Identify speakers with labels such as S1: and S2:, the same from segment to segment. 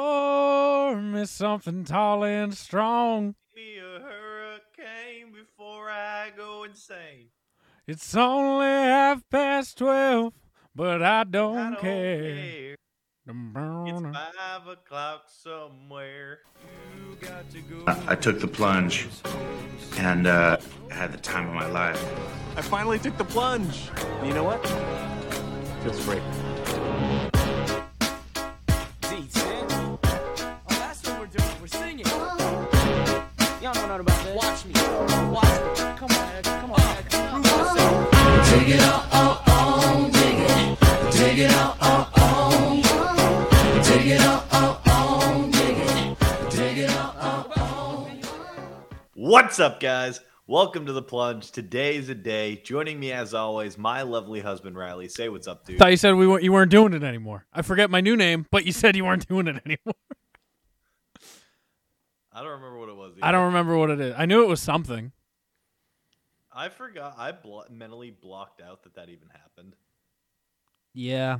S1: Pour me something tall and strong.
S2: Be a hurricane before I go insane.
S1: It's only half past twelve, but I don't,
S2: I don't
S1: care.
S2: care. It's
S1: Dum-brr-nah.
S2: five o'clock somewhere. You got to go.
S3: I took the plunge and uh, had the time of my life.
S4: I finally took the plunge. And you know what? Feels great.
S5: Oh, that's what we're doing. We're singing. Y'all don't know about this. Watch me. Watch me. Come on, Eric. Come on, Eric. Prove yourself.
S2: What's up, guys? Welcome to the plunge. Today's a day. Joining me, as always, my lovely husband Riley. Say what's up, dude.
S1: Thought you said we weren't, you weren't doing it anymore. I forget my new name, but you said you weren't doing it anymore.
S2: I don't remember what it was.
S1: I
S2: either.
S1: don't remember what it is. I knew it was something.
S2: I forgot. I blo- mentally blocked out that that even happened.
S1: Yeah.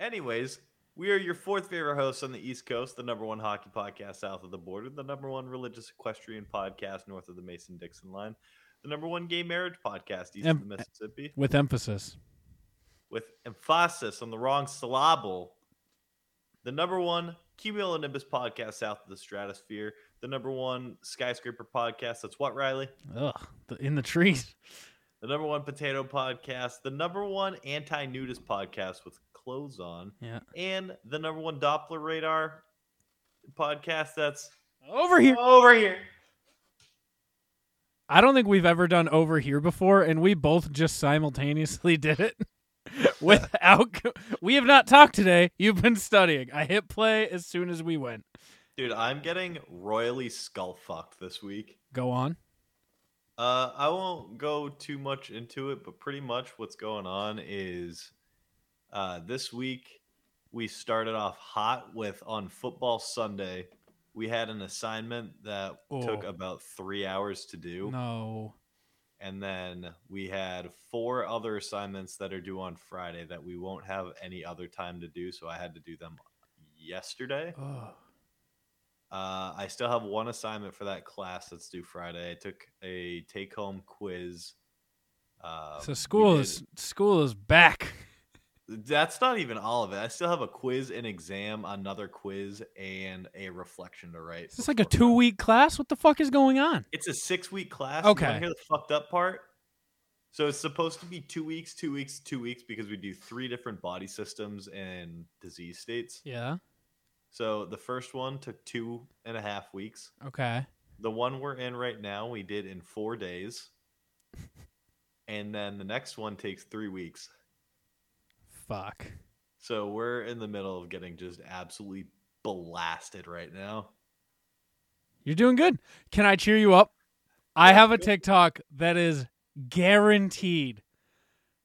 S2: Anyways, we are your fourth favorite hosts on the East Coast, the number one hockey podcast south of the border, the number one religious equestrian podcast north of the Mason Dixon line, the number one gay marriage podcast east
S1: Em-
S2: of the Mississippi,
S1: With emphasis.
S2: with emphasis on the wrong syllable, the number one cumulonimbus podcast south of the stratosphere, the number one skyscraper podcast. That's what, Riley?
S1: Ugh. The, in the trees.
S2: The number one potato podcast, the number one anti nudist podcast with clothes on.
S1: Yeah.
S2: and the number one Doppler radar podcast that's
S1: Over here.
S2: over here.
S1: I don't think we've ever done over here before, and we both just simultaneously did it without. we have not talked today. You've been studying. I hit play as soon as we went.
S2: Dude, I'm getting royally skull fucked this week.
S1: Go on.
S2: Uh, I won't go too much into it, but pretty much what's going on is uh, this week we started off hot with on football Sunday. We had an assignment that took
S1: Oh.
S2: about three hours to do.
S1: No.
S2: And then we had four other assignments that are due on Friday that we won't have any other time to do. So I had to do them yesterday.
S1: Ugh.
S2: Uh, I still have one assignment for that class that's due Friday. I took a take home quiz. Uh,
S1: So school
S2: did-
S1: is school is back.
S2: That's not even all of it. I still have a quiz, an exam, another quiz, and a reflection to write.
S1: Is this like a
S2: before-
S1: two week class? What the fuck is going on?
S2: It's a six week class. You wanna
S1: Okay.
S2: Hear the fucked up part. So it's supposed to be two weeks, two weeks, two weeks because we do three different body systems and disease states.
S1: Yeah.
S2: So the first one took two and a half weeks.
S1: Okay.
S2: The one we're in right now, we did in four days. And then the next one takes three weeks.
S1: Fuck.
S2: So we're in the middle of getting just absolutely blasted right now.
S1: You're doing good. Can I cheer you up? I have a TikTok that is guaranteed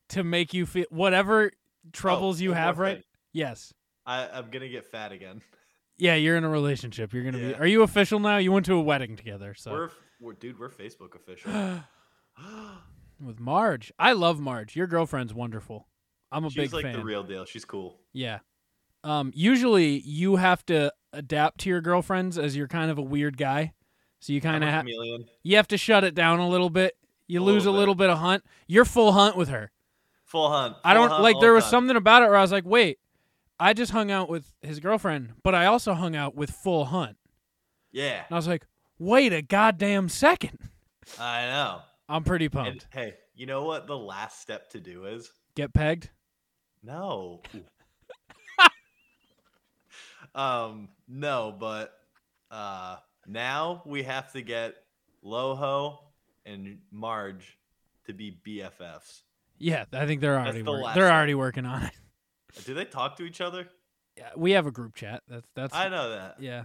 S1: to make you feel whatever troubles
S2: Oh,
S1: you
S2: one more
S1: have right.
S2: thing.
S1: Yes.
S2: I, I'm gonna get fat again.
S1: Yeah, you're in a relationship. You're gonna be.
S2: Yeah.
S1: Are you official now? You went to a wedding together,
S2: We're,
S1: so
S2: f- we're dude, we're Facebook official.
S1: with Marge. I love Marge. Your girlfriend's wonderful. I'm a
S2: She's
S1: big
S2: like
S1: fan.
S2: the real deal. She's cool.
S1: yeah. Um. Usually, you have to adapt to your girlfriends as you're kind of a weird guy, so you kind
S2: I'm
S1: of
S2: a
S1: have
S2: chameleon.
S1: you have to shut it down a little bit. You
S2: A
S1: lose a
S2: little
S1: little bit of hunt. You're full hunt with her.
S2: Full hunt.
S1: I
S2: full
S1: don't
S2: hunt
S1: like.
S2: all
S1: There
S2: the
S1: was
S2: time.
S1: something about it where I was like, wait, I just hung out with his girlfriend, but I also hung out with full hunt,
S2: Yeah,
S1: and I was like, wait a goddamn second.
S2: I know.
S1: I'm pretty pumped.
S2: And hey, you know what the last step to do is?
S1: Get pegged.
S2: No. um, no, but uh now we have to get Loho and Marge to be BFFs.
S1: Yeah, I think they're already
S2: the
S1: work-
S2: last
S1: they're
S2: step.
S1: already working on it.
S2: Do they talk to each other?
S1: Yeah, we have a group chat. That's that's
S2: I know that.
S1: yeah.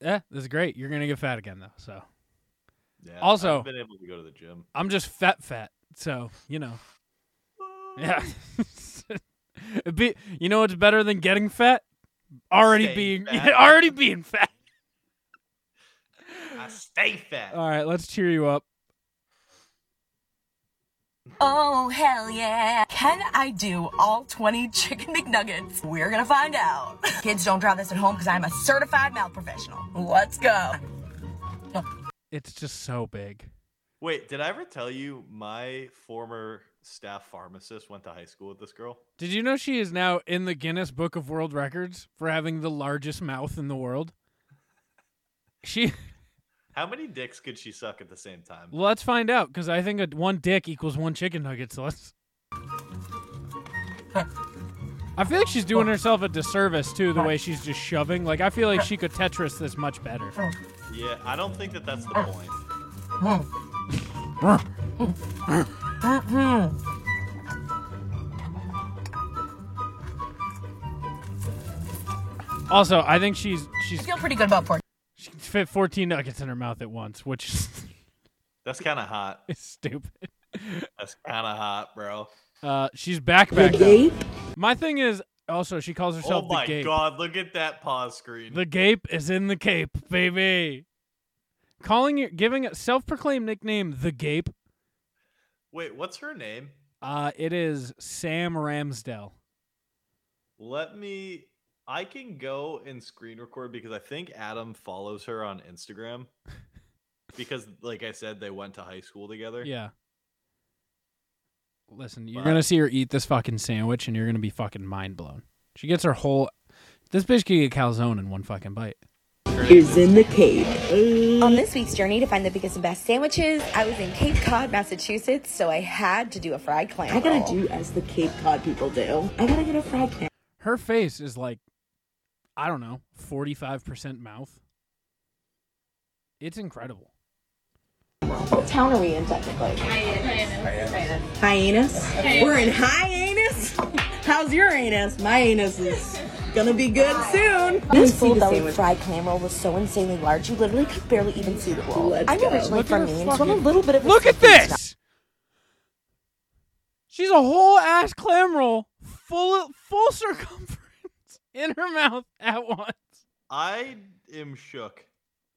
S1: Yeah, this is great. You're gonna get fat again though, so
S2: Yeah, I
S1: Also-
S2: haven't been able to go to the gym.
S1: I'm just fat fat. So you know, yeah. It'd be you know what's better than getting fat? Already
S2: Staying
S1: being
S2: fat.
S1: already being fat.
S2: I stay fat.
S1: All right, let's cheer you up.
S6: Oh, hell yeah. Can I do all 20 chicken McNuggets? We're gonna find out. Kids, don't try this at home because I'm a certified mouth professional. Let's go.
S1: It's just so big.
S7: Wait, did I ever tell you my former staff pharmacist went to high school with this girl?
S1: Did you know she is now in the Guinness Book of World Records for having the largest mouth in the world? She
S7: How many dicks could she suck at the same time?
S1: let's find out because I think a, one dick equals one chicken nugget. So let's. I feel like she's doing herself a disservice too, the way she's just shoving. Like I feel like she could Tetris this much better.
S7: Yeah, I don't think that that's the point.
S1: Also, I think she's she's
S6: I feel pretty good about pork.
S1: she can fit 14 nuggets in her mouth at once, which is,
S7: That's kind of hot.
S1: is stupid.
S7: That's kind of hot, bro.
S1: Uh, she's back back. though. My thing is also she calls herself
S7: Oh
S1: the
S7: my
S1: gape.
S7: god, look at that pause screen.
S1: The gape is in the cape, baby. Calling your giving a self-proclaimed nickname the gape.
S7: Wait, what's her name?
S1: Uh, it is Sam Ramsdell.
S7: Let me. I can go and screen record because I think Adam follows her on Instagram. Because, like I said, they went to high school together.
S1: Yeah. Listen, you're
S7: But-
S1: gonna see her eat this fucking sandwich, and you're gonna be fucking mind blown. She gets her whole. This bitch could eat a calzone in one fucking bite.
S8: is in the cave.
S9: Mm-hmm.
S10: On this week's journey to find the biggest and best sandwiches, I was in Cape Cod, Massachusetts, so I had to do a fried clam.
S8: I gotta
S10: roll.
S8: do as the Cape Cod people do. I gotta get a fried clam.
S1: Her face is like, I don't know, forty five percent mouth. It's incredible.
S10: What town are we in technically?
S8: Hyenas? We're in hyenas? How's your anus? My anus is gonna be good soon.
S10: This full-bellied fried clam roll was so insanely large, you literally could barely even see the roll.
S8: Let's
S10: I'm
S8: go.
S10: originally
S1: Look at her
S10: from Maine, so I'm a
S1: fucking-
S10: little bit of a
S1: Look at
S10: seafood
S1: this. She's a whole ass clam roll, full full circumference in her mouth at once.
S7: I am shook.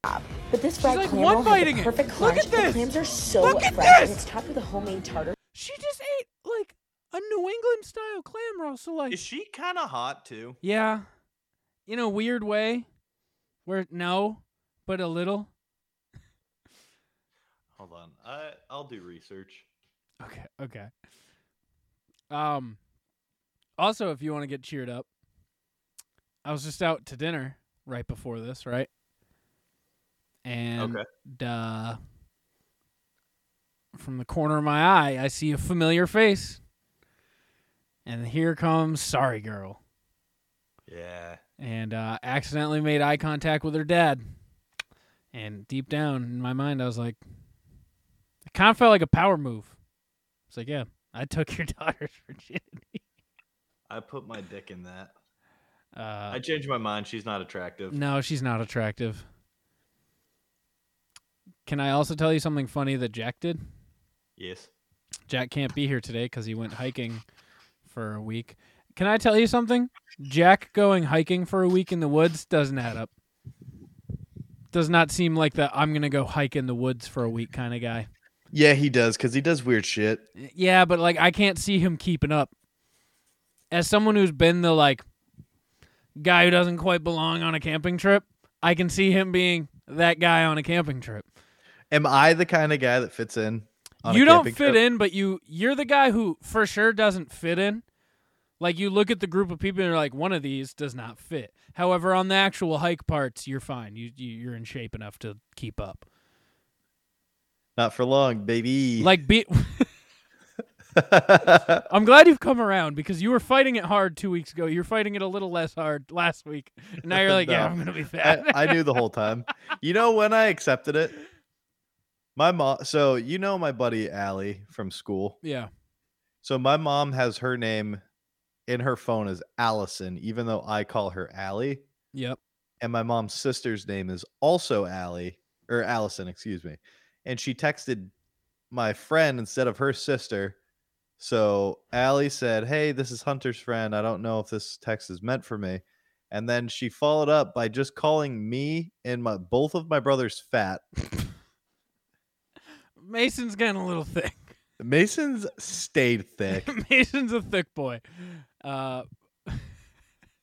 S10: snob. But this fried
S1: like
S10: clam roll had
S1: one-biting it.
S10: the perfect
S1: Look
S10: crunch.
S1: at
S10: The
S1: this.
S10: clams are so
S1: Look at
S10: fresh,
S1: this.
S10: and it's topped with a homemade tartar
S1: She just ate like a New England style clam roll. So like,
S7: Is she kind of hot too?
S1: yeah, in a weird way, where no, but a little.
S7: Hold on. I, I'll do research.
S1: Okay, okay. Um, also, if you want to get cheered up, I was just out to dinner right before this, right? And uh, from the corner of my eye, I see a familiar face, and here comes Sorry Girl.
S7: Yeah.
S1: and uh, accidentally made eye contact with her dad. And deep down in my mind, I was like, it kind of felt like a power move. It's like, yeah, I took your daughter's virginity.
S7: I put my dick in that.
S1: Uh,
S7: I changed my mind. She's not attractive.
S1: no, she's not attractive. Can I also tell you something funny that Jack did?
S7: Yes.
S1: Jack can't be here today because he went hiking for a week. Can I tell you something? Jack going hiking for a week in the woods doesn't add up. Does not seem like the I'm gonna go hike in the woods for a week kind of guy.
S2: Yeah, he does because he does weird shit.
S1: Yeah, but like I can't see him keeping up. As someone who's been the like guy who doesn't quite belong on a camping trip, I can see him being that guy on a camping trip.
S2: Am I the kind of guy that fits in? on a
S1: you don't
S2: camping
S1: fit
S2: trip?
S1: in, but you you're the guy who for sure doesn't fit in. Like you look at the group of people and you're like, one of these does not fit. However, on the actual hike parts, you're fine. You, you you're in shape enough to keep up.
S2: Not for long, baby.
S1: Like be. I'm glad you've come around because you were fighting it hard two weeks ago. You're fighting it a little less hard last week. And now you're like, yeah,
S2: No.
S1: I'm gonna be fat.
S2: I, I knew the whole time. You know when I accepted it? My mom. So you know my buddy Allie from school.
S1: yeah.
S2: So my mom has her name in her phone as Allison, even though I call her Allie.
S1: Yep.
S2: And my mom's sister's name is also Allie or Allison, excuse me. And she texted my friend instead of her sister. So Allie said, Hey, this is Hunter's friend. I don't know if this text is meant for me. And then she followed up by just calling me and my both of my brothers fat.
S1: Mason's getting a little thick.
S2: Mason's stayed thick.
S1: Mason's a thick boy. Uh,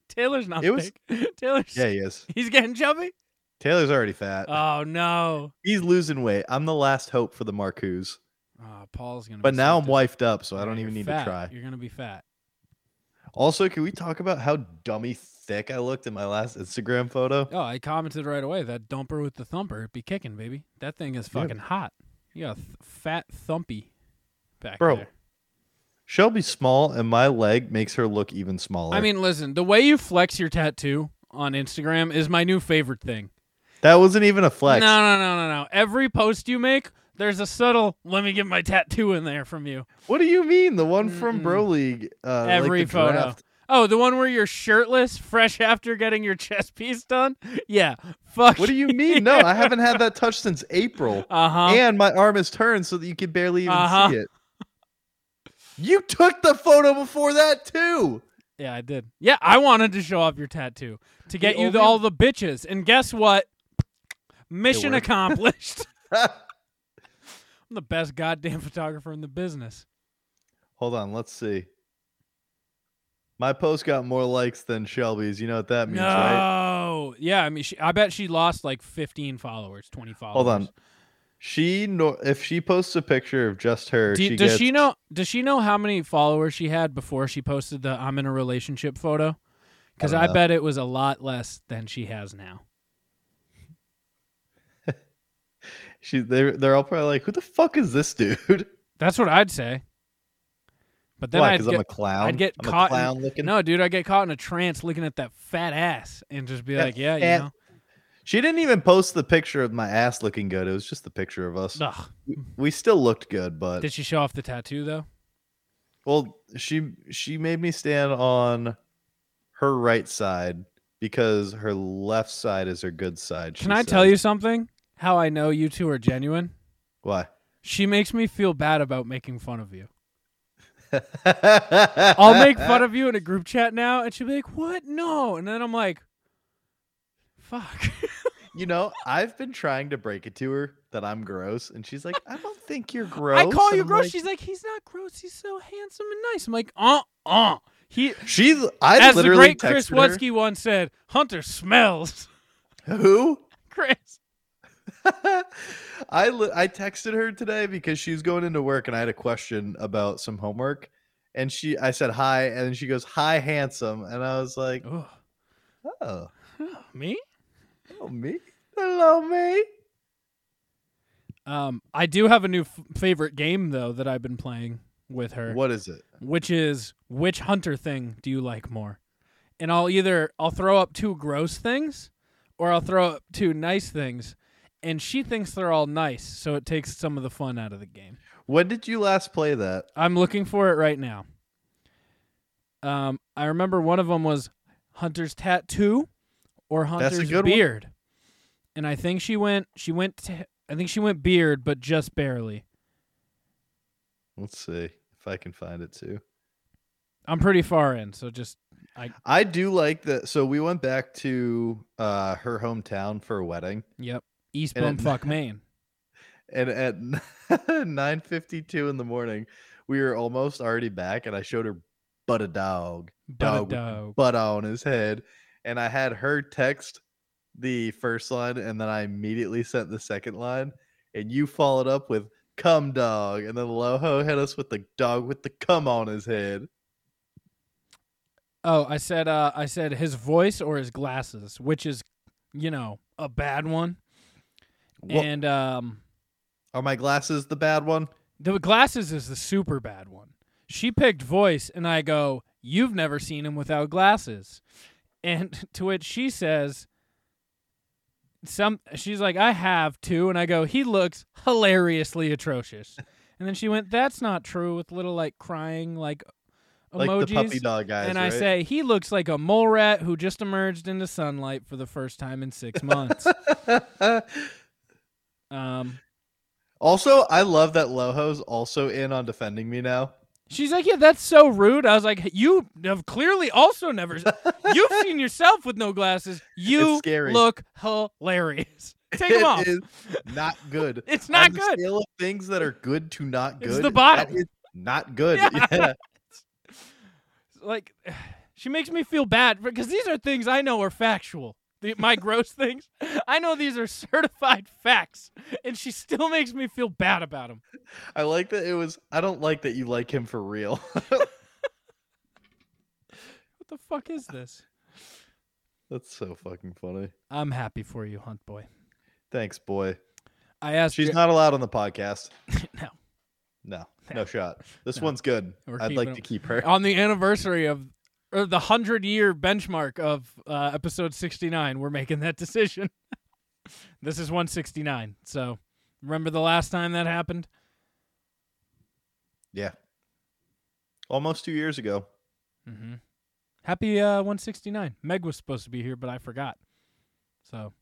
S1: Taylor's not
S2: It was-
S1: thick. Taylor's
S2: Yeah, he is.
S1: he's getting chubby.
S2: Taylor's already fat.
S1: Oh no.
S2: He's losing weight. I'm the last hope for the Marcuse.
S1: Oh, Paul's gonna.
S2: But
S1: be
S2: now
S1: so
S2: I'm wifed up, so I don't
S1: disappointed.
S2: even
S1: You're
S2: need
S1: fat.
S2: to try.
S1: You're gonna be fat.
S2: Also, can we talk about how dummy thick I looked in my last Instagram photo?
S1: Oh, I commented right away that dumper with the thumper be kicking, baby. That thing is
S2: Yeah.
S1: fucking hot. You got a th- fat thumpy back
S2: Bro,
S1: there.
S2: Shelby's small, and my leg makes her look even smaller.
S1: I mean, listen, the way you flex your tattoo on Instagram is my new favorite thing.
S2: that wasn't even a flex.
S1: No, no, no, no, no. Every post you make, there's a subtle "let me get my tattoo in there" from you.
S2: What do you mean? The one from
S1: Mm-mm.
S2: Bro League. Uh, like
S1: Every
S2: the
S1: photo.
S2: draft.
S1: Oh, the one where you're shirtless, fresh after getting your chest piece done. Yeah, fuck.
S2: What do you mean? No, I haven't had that touch since April.
S1: Uh huh.
S2: and my arm is turned so that you can barely even
S1: Uh-huh.
S2: see it. You took the photo before that too.
S1: Yeah, I did. Yeah, I wanted to show off your tattoo to get you the,
S2: only-
S1: all the bitches. And guess what? Mission
S2: worked.
S1: accomplished. I'm the best goddamn photographer in the business.
S2: Hold on, let's see. My post got more likes than Shelby's. You know what that means,
S1: no.
S2: right?
S1: Yeah, I mean, she, I bet she lost like 15 followers, 20 followers.
S2: Hold on. She nor if she posts a picture of just her,
S1: Do-
S2: she
S1: does
S2: gets,
S1: she know? Does she know how many followers she had before she posted the "I'm in a relationship" photo? Because
S2: don't
S1: I,
S2: know.
S1: bet it was a lot less than she has now.
S2: She they're they're all probably like, who the fuck is this dude?
S1: That's what I'd say. But then
S2: Why?
S1: I'd
S2: Because I'm
S1: get,
S2: a clown.
S1: I'd get
S2: I'm a
S1: caught in-
S2: clown looking.
S1: No, dude, I get caught in a trance looking at that fat ass and just be
S2: That
S1: like, yeah,
S2: fat-
S1: you know,
S2: She didn't even post the picture of my ass looking good. It was just the picture of us.
S1: Ugh.
S2: We still looked good, but
S1: Did she show off the tattoo though?
S2: Well, she she made me stand on her right side because her left side is her good side.
S1: Can
S2: she
S1: I tell
S2: said.
S1: you something? How I know you two are genuine?
S2: why?
S1: She makes me feel bad about making fun of you.
S2: I'll
S1: I'll make fun of you in a group chat now, and she'll be like, "What? No!" And then I'm like, "Fuck."
S2: You know, I've been trying to break it to her that I'm gross, and she's like, "I don't think you're gross."
S1: I call
S2: And
S1: you
S2: I'm
S1: gross.
S2: like-
S1: She's like, "He's not gross. He's so handsome and nice." I'm like, "Uh, uh." He,
S2: She's. I
S1: as the
S2: literally
S1: great Chris
S2: texted her-
S1: Wetsky once said, "Hunter smells."
S2: Who?
S1: Chris.
S2: I li- I texted her today because she was going into work and I had a question about some homework, and she I said hi, and then she goes hi handsome, and I was like,
S1: Ugh.
S2: oh,
S1: Me?
S2: hello "Oh, me, hello me.
S1: Um, I do have a new f- favorite game though that I've been playing with her,
S2: What is it?
S1: which is which hunter thing do you like more? And I'll either I'll throw up two gross things, or I'll throw up two nice things, and she thinks they're all nice, so it takes some of the fun out of the game.
S2: When did you last play that?
S1: I'm looking for it right now. Um, I remember one of them was Hunter's tattoo or
S2: That's a
S1: Hunter's
S2: good one.
S1: beard, and I think she went she went t- I think she went beard, but just barely.
S2: Let's see if I can find it too.
S1: I'm pretty far in, so just
S2: I do like that. So we went back to uh, her hometown for a wedding,
S1: yep. East
S2: And it-
S1: Bumfuck, Maine.
S2: and at nine fifty two in the morning, we were almost already back, and I showed her but a dog.
S1: Dog.
S2: Dog.
S1: uh,
S2: butt on his head. And I had her text the first line, and then I immediately sent the second line. And you followed up with "come dog," and then Loho hit us with the dog with the "come" on his head.
S1: Oh, I said uh, I said his voice or his glasses, which is, you know, a bad one.
S2: What,
S1: And um,
S2: are my glasses the bad one?
S1: The glasses is the super bad one. She picked voice, and I go, You've never seen him without glasses. And to which she says, some she's like i have too and i go he looks hilariously atrocious and then she went that's not true with little like crying like emojis
S2: Like the puppy dog guys.
S1: and
S2: right?
S1: i say he looks like a mole rat who just emerged into sunlight for the first time in six months
S2: Uh,
S1: um
S2: also, I love that Loho's also in on defending me now.
S1: She's like, yeah, that's so rude. I was like, you have clearly also never. You've seen yourself with no glasses. You
S2: scary.
S1: look hilarious. Take them
S2: It
S1: off.
S2: is not good.
S1: It's not
S2: On the
S1: good.
S2: scale of things that are good to not good.
S1: It's the bottom.
S2: that is not good.
S1: Yeah.
S2: Yeah.
S1: like she makes me feel bad because these are things I know are factual. The, my gross things, I know these are certified facts, and she still makes me feel bad about them.
S2: I like that it was. I don't like that you like him for real.
S1: What the fuck is this?
S2: That's so fucking funny.
S1: I'm happy for you, Hunt Boy.
S2: Thanks, boy.
S1: I asked.
S2: She's
S1: you-
S2: not allowed on the podcast.
S1: no.
S2: No,
S1: No.
S2: no shot. This
S1: No.
S2: one's good.
S1: We're
S2: I'd
S1: keeping Oh.
S2: like
S1: it-
S2: to keep her.
S1: on the anniversary of or the hundred year benchmark of uh, episode sixty nine. We're making that decision. this is one sixty nine. So remember the last time that happened?
S2: Yeah. Almost two years ago.
S1: Mm-hmm. Happy uh, one sixty nine. Meg was supposed to be here, but I forgot. So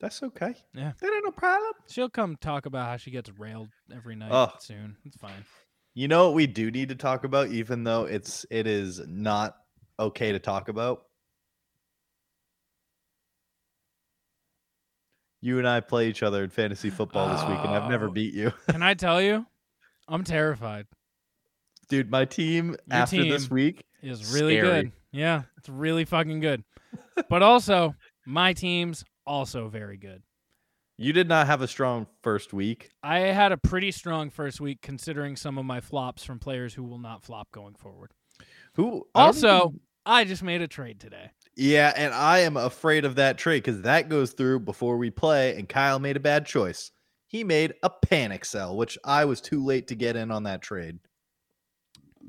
S2: That's okay.
S1: Yeah.
S2: That ain't no problem.
S1: she'll come talk about how she gets railed every night
S2: Oh.
S1: soon. It's fine.
S2: You know what we do need to talk about, even though it's it is not okay to talk about. You and I play each other in fantasy football this week, and I've never
S1: Oh.
S2: beat you,
S1: Can I tell you? I'm terrified.
S2: dude. My team after this
S1: team.
S2: week,
S1: is really
S2: Scary.
S1: good. Yeah, it's really fucking good. But also, my team's also very good.
S2: you did not have a strong first week.
S1: I had a pretty strong first week considering some of my flops from players who will not flop going forward.
S2: Who I don't
S1: Also,
S2: even-
S1: I just made a trade today.
S2: yeah, and I am afraid of that trade because that goes through before we play, and Kyle made a bad choice. He made a panic sell, which I was too late to get in on that trade.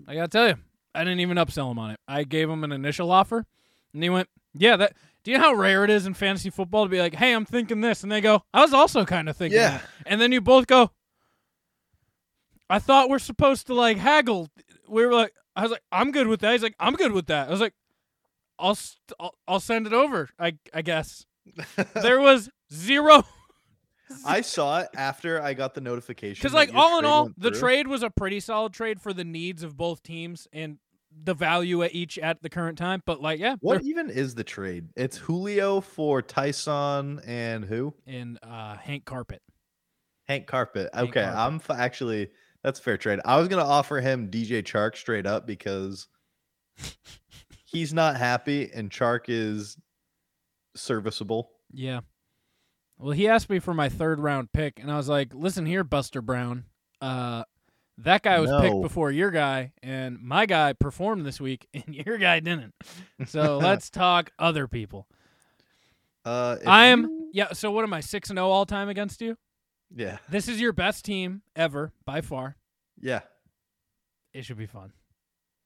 S1: I gotta tell you, I didn't even upsell him on it. I gave him an initial offer, and he went, "Yeah, that." Do you know how rare it is in fantasy football to be like, "Hey, I'm thinking this," and they go, "I was also kind of thinking
S2: Yeah.
S1: that," and then you both go, "I thought we're supposed to like haggle." We were like, "I was like, I'm good with that." He's like, "I'm good with that." I was like, "I'll st- I'll, I'll send it over." I I guess there was zero
S2: I saw it after I got the notification.
S1: Because
S2: that
S1: like
S2: your
S1: all in
S2: trade
S1: all,
S2: went
S1: the
S2: through.
S1: trade was a pretty solid trade for the needs of both teams and the value at each at the current time. But like yeah,
S2: What even is the trade? It's Julio for Tyson and who?
S1: they're in uh, Hank Carpet.
S2: Hank Carpet.
S1: Hank
S2: okay,
S1: Carpet.
S2: I'm f- actually that's a fair trade. I was gonna offer him DJ Chark straight up because he's not happy and Chark is serviceable.
S1: Yeah. Well, he asked me for my third round pick, and I was like, "Listen here, Buster Brown. Uh, that guy was picked
S2: No.
S1: before your guy, and my guy performed this week, and your guy didn't. So let's talk other people.
S2: Uh, if
S1: I am
S2: you-
S1: yeah. So what am I six and zero all time against you?
S2: yeah,
S1: This is your best team ever by far.
S2: yeah.
S1: It should be fun.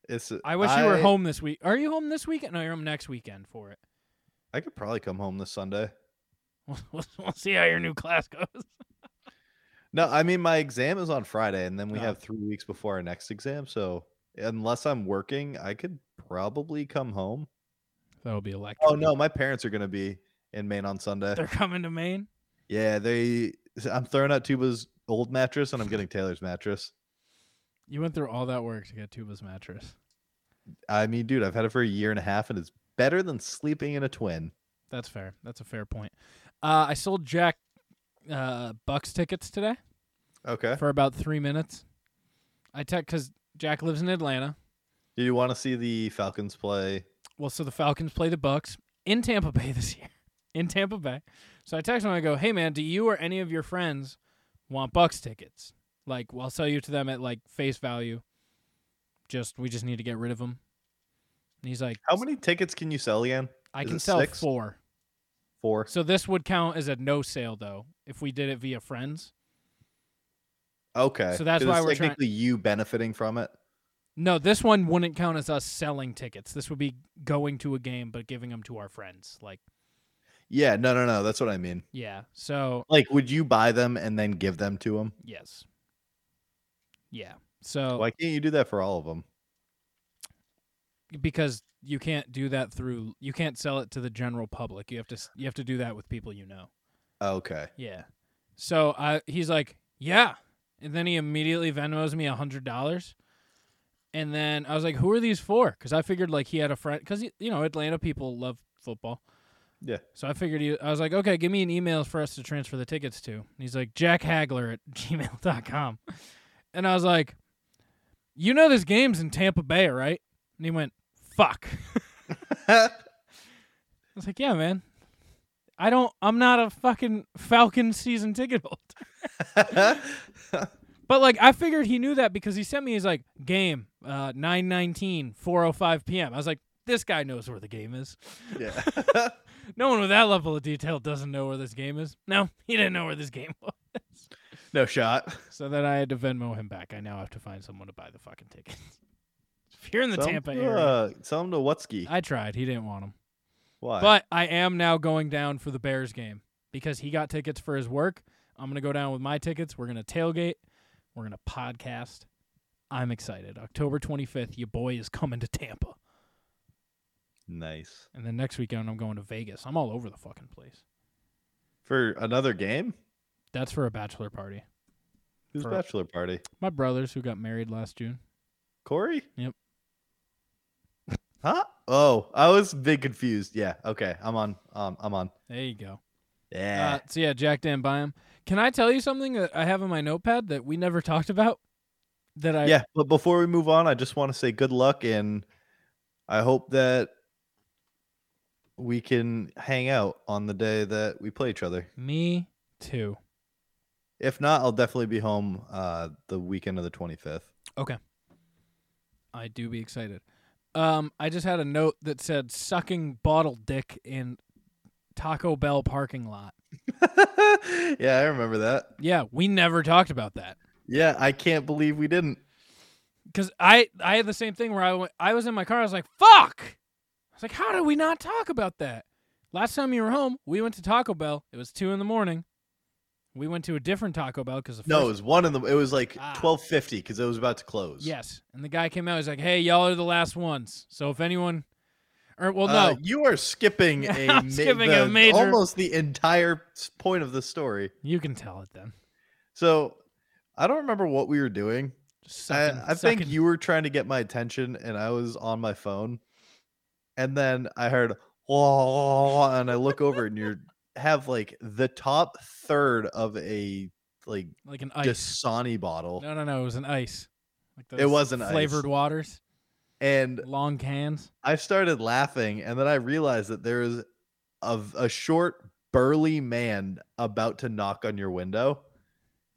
S2: It's
S1: I wish you were home this week. Are you home this weekend? No, you're home next weekend for it.
S2: I could probably come home this Sunday.
S1: We'll, we'll, we'll see how your new class goes.
S2: No, I mean my exam is on Friday, and then we
S1: Oh.
S2: have three weeks before our next exam. So unless I'm working, I could probably come home.
S1: That'll be electric.
S2: Oh no, my parents are gonna be in Maine on Sunday.
S1: They're coming to Maine.
S2: yeah, they. so I'm throwing out Tuba's old mattress, and I'm getting Taylor's mattress.
S1: You went through all that work to get Tuba's mattress.
S2: I mean, dude, I've had it for a year and a half, and it's better than sleeping in a twin.
S1: That's fair. That's a fair point. Uh, I sold Jack uh, Bucks tickets today
S2: Okay.
S1: for about three minutes. I tech because Jack lives in Atlanta.
S2: Do you want to see the Falcons play?
S1: Well, so the Falcons play the Bucks in Tampa Bay this year. In Tampa Bay. So I text him I go, "Hey man, do you or any of your friends want Bucks tickets? Like, well, I'll sell you to them at like face value. Just we just need to get rid of them." And he's like,
S2: How many tickets can you sell again?
S1: "I
S2: is
S1: can
S2: it
S1: sell
S2: six?
S1: four.
S2: Four.
S1: So this would count as a no sale though if we did it via friends.
S2: Okay.
S1: So that's
S2: 'cause
S1: why
S2: it's
S1: we're trying-
S2: technically you benefiting from it.
S1: No, this one wouldn't count as us selling tickets. This would be going to a game but giving them to our friends. Like,
S2: Yeah. No, no, no. That's what I mean.
S1: yeah. So
S2: Like, would you buy them and then give them to them?
S1: yes. Yeah. So
S2: Why can't you do that for all of them?
S1: because you can't do that through you can't sell it to the general public. You have to s- you have to do that with people you know.
S2: Oh, Okay.
S1: Yeah. So I he's like, "Yeah." And then he immediately Venmos me a $100. And then I was like, "Who are these for?" Cuz I figured like he had a friend cuz you know, Atlanta people love football.
S2: Yeah.
S1: So I figured you, I was like, okay, give me an email for us to transfer the tickets to. And he's like, Jack Hagler at gmail.com. And I was like, you know this game's in Tampa Bay, right? And he went, fuck. I was like, yeah, man. I don't, I'm not a fucking Falcon season ticket holder. But like I figured he knew that because he sent me he's like game uh 919 405 p.m. I was like this guy knows where the game is.
S2: yeah.
S1: No one with that level of detail doesn't know where this game is. No, he didn't know where this game was.
S2: no shot.
S1: So then I had to Venmo him back. I now have to find someone to buy the fucking tickets. If you're in the
S2: Tell 'em
S1: Tampa
S2: to,
S1: area,
S2: Uh, tell him to Wutzky.
S1: I tried. He didn't want them.
S2: Why?
S1: But I am now going down for the Bears game because he got tickets for his work. I'm gonna go down with my tickets. We're gonna tailgate. We're gonna podcast. I'm excited. October 25th, your boy is coming to Tampa.
S2: nice.
S1: And then next weekend, I'm going to Vegas. I'm all over the fucking place.
S2: For another game?
S1: That's for a bachelor party.
S2: Who's
S1: For-
S2: bachelor party?
S1: My brothers who got married last June.
S2: Corey?
S1: Yep.
S2: Huh? Oh, I was a bit confused. Yeah. Okay. I'm on. Um, I'm on.
S1: There you go. Uh,
S2: Yeah.
S1: so yeah, Jack Dan Byam. Can I tell you something that I have in my notepad that we never talked about? That I
S2: yeah. But before we move on, I just want to say good luck and I hope that we can hang out on the day that we play each other.
S1: me too.
S2: If not, I'll definitely be home uh, the weekend of the 25th.
S1: Okay. I do be excited. Um, I just had a note that said sucking bottle dick in Taco Bell parking lot.
S2: yeah, I remember that.
S1: Yeah, we never talked about that.
S2: Yeah, I can't believe we didn't.
S1: Cause I I had the same thing where I went, I was in my car. I was like, "Fuck!" I was like, "How did we not talk about that?" Last time you were home, we went to Taco Bell. It was two in the morning. We went to a different Taco Bell because
S2: No, it was one of them. It was like
S1: Ah.
S2: 12:50 because it was about to close.
S1: yes. And the guy came out. He's like, "Hey, y'all are the last ones. So if anyone, or well,
S2: Uh,
S1: no,
S2: you are skipping a,
S1: I'm
S2: ma-
S1: skipping
S2: the-
S1: a major-
S2: almost the entire s- point of the story.
S1: you can tell it then."
S2: So I don't remember what we were doing.
S1: Just
S2: I,
S1: sucking-
S2: I think
S1: sucking-
S2: you were trying to get my attention, and I was on my phone, and then I heard "Wah," and I look over, and you have like the top third of a like
S1: like an ice.
S2: Dasani bottle,
S1: No, no, no. It was an ice. Like those
S2: was an ice.
S1: flavored waters,
S2: and
S1: long cans.
S2: I started laughing, and then I realized that there is a, a short, burly man about to knock on your window.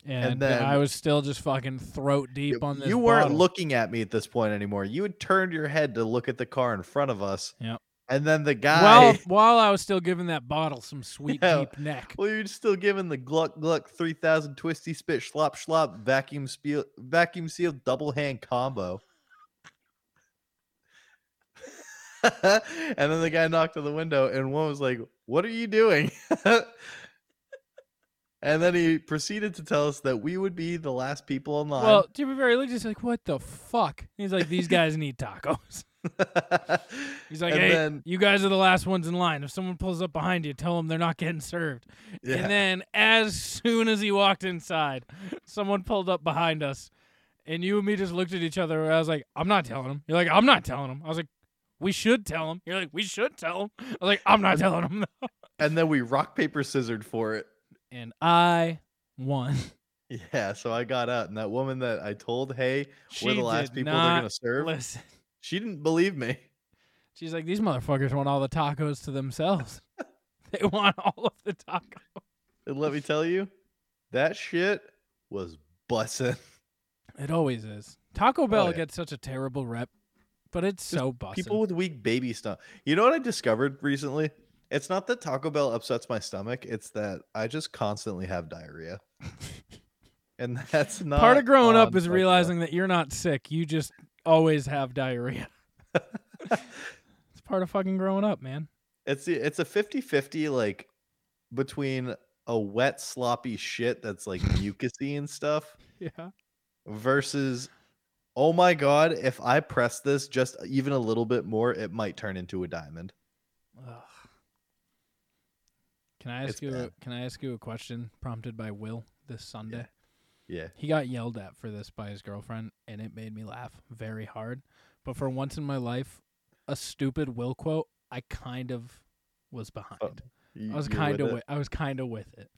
S1: And,
S2: then-
S1: I was still just fucking throat deep on this.
S2: you weren't
S1: bottle.
S2: looking at me at this point anymore. You had turned your head to look at the car in front of us.
S1: Yep.
S2: And then the guy,
S1: While
S2: well,
S1: while I was still giving that bottle some sweet
S2: Yeah.
S1: deep neck.
S2: you're still giving the gluck gluck three thousand twisty spit slop slop vacuum spiel vacuum sealed double hand combo. and then the guy knocked on the window, and one was like, "What are you doing?" and then he proceeded to tell us that we would be the last people in line.
S1: Well, to be very legit, he's like, "What the fuck?" He's like, "These guys need tacos." He's like,
S2: And
S1: "Hey,
S2: then-
S1: you guys are the last ones in line. If someone pulls up behind you, tell them they're not getting served."
S2: Yeah.
S1: And then, as soon as he walked inside, someone pulled up behind us, and you and me just looked at each other. and I was like, "I'm not telling him." You're like, "I'm not telling him." I was like, "We should tell him." You're like, "We should tell him." I was like, "I'm not telling him."
S2: and then we rock paper scissored for it.
S1: And I won.
S2: Yeah, so I got out, and that woman that I told, "Hey, we're
S1: She
S2: the last
S1: did
S2: people they're
S1: not
S2: gonna serve,"
S1: Listen.
S2: she didn't believe me.
S1: She's like, these motherfuckers want all the tacos to themselves. they want all of the tacos.
S2: And let me tell you, that shit was bussin'.
S1: It always is. Taco Bell
S2: Oh, yeah.
S1: gets such a terrible rep, but it's so busted.
S2: People with weak baby stomach. You know what I discovered recently? It's not that Taco Bell upsets my stomach; it's that I just constantly have diarrhea, and that's not
S1: Part of growing up
S2: on
S1: is
S2: Taco Bell.
S1: realizing that you're not sick. You just always have diarrhea. it's part of fucking growing up, man.
S2: It's the- it's a 50-50 like between a wet sloppy shit that's like mucusy and stuff
S1: Yeah.
S2: versus oh my god if i press this just even a little bit more it might turn into a diamond
S1: Ugh. Can I ask
S2: It's
S1: you? A,
S2: bad.
S1: can I ask you a question prompted by Will this Sunday?
S2: yeah
S1: He got yelled at for this by his girlfriend, and it made me laugh very hard. But for once in my life, a stupid Will quote I kind of was behind.
S2: Oh. You-
S1: I was
S2: you're
S1: kind of
S2: with
S1: with,
S2: it?
S1: I was kind of with it.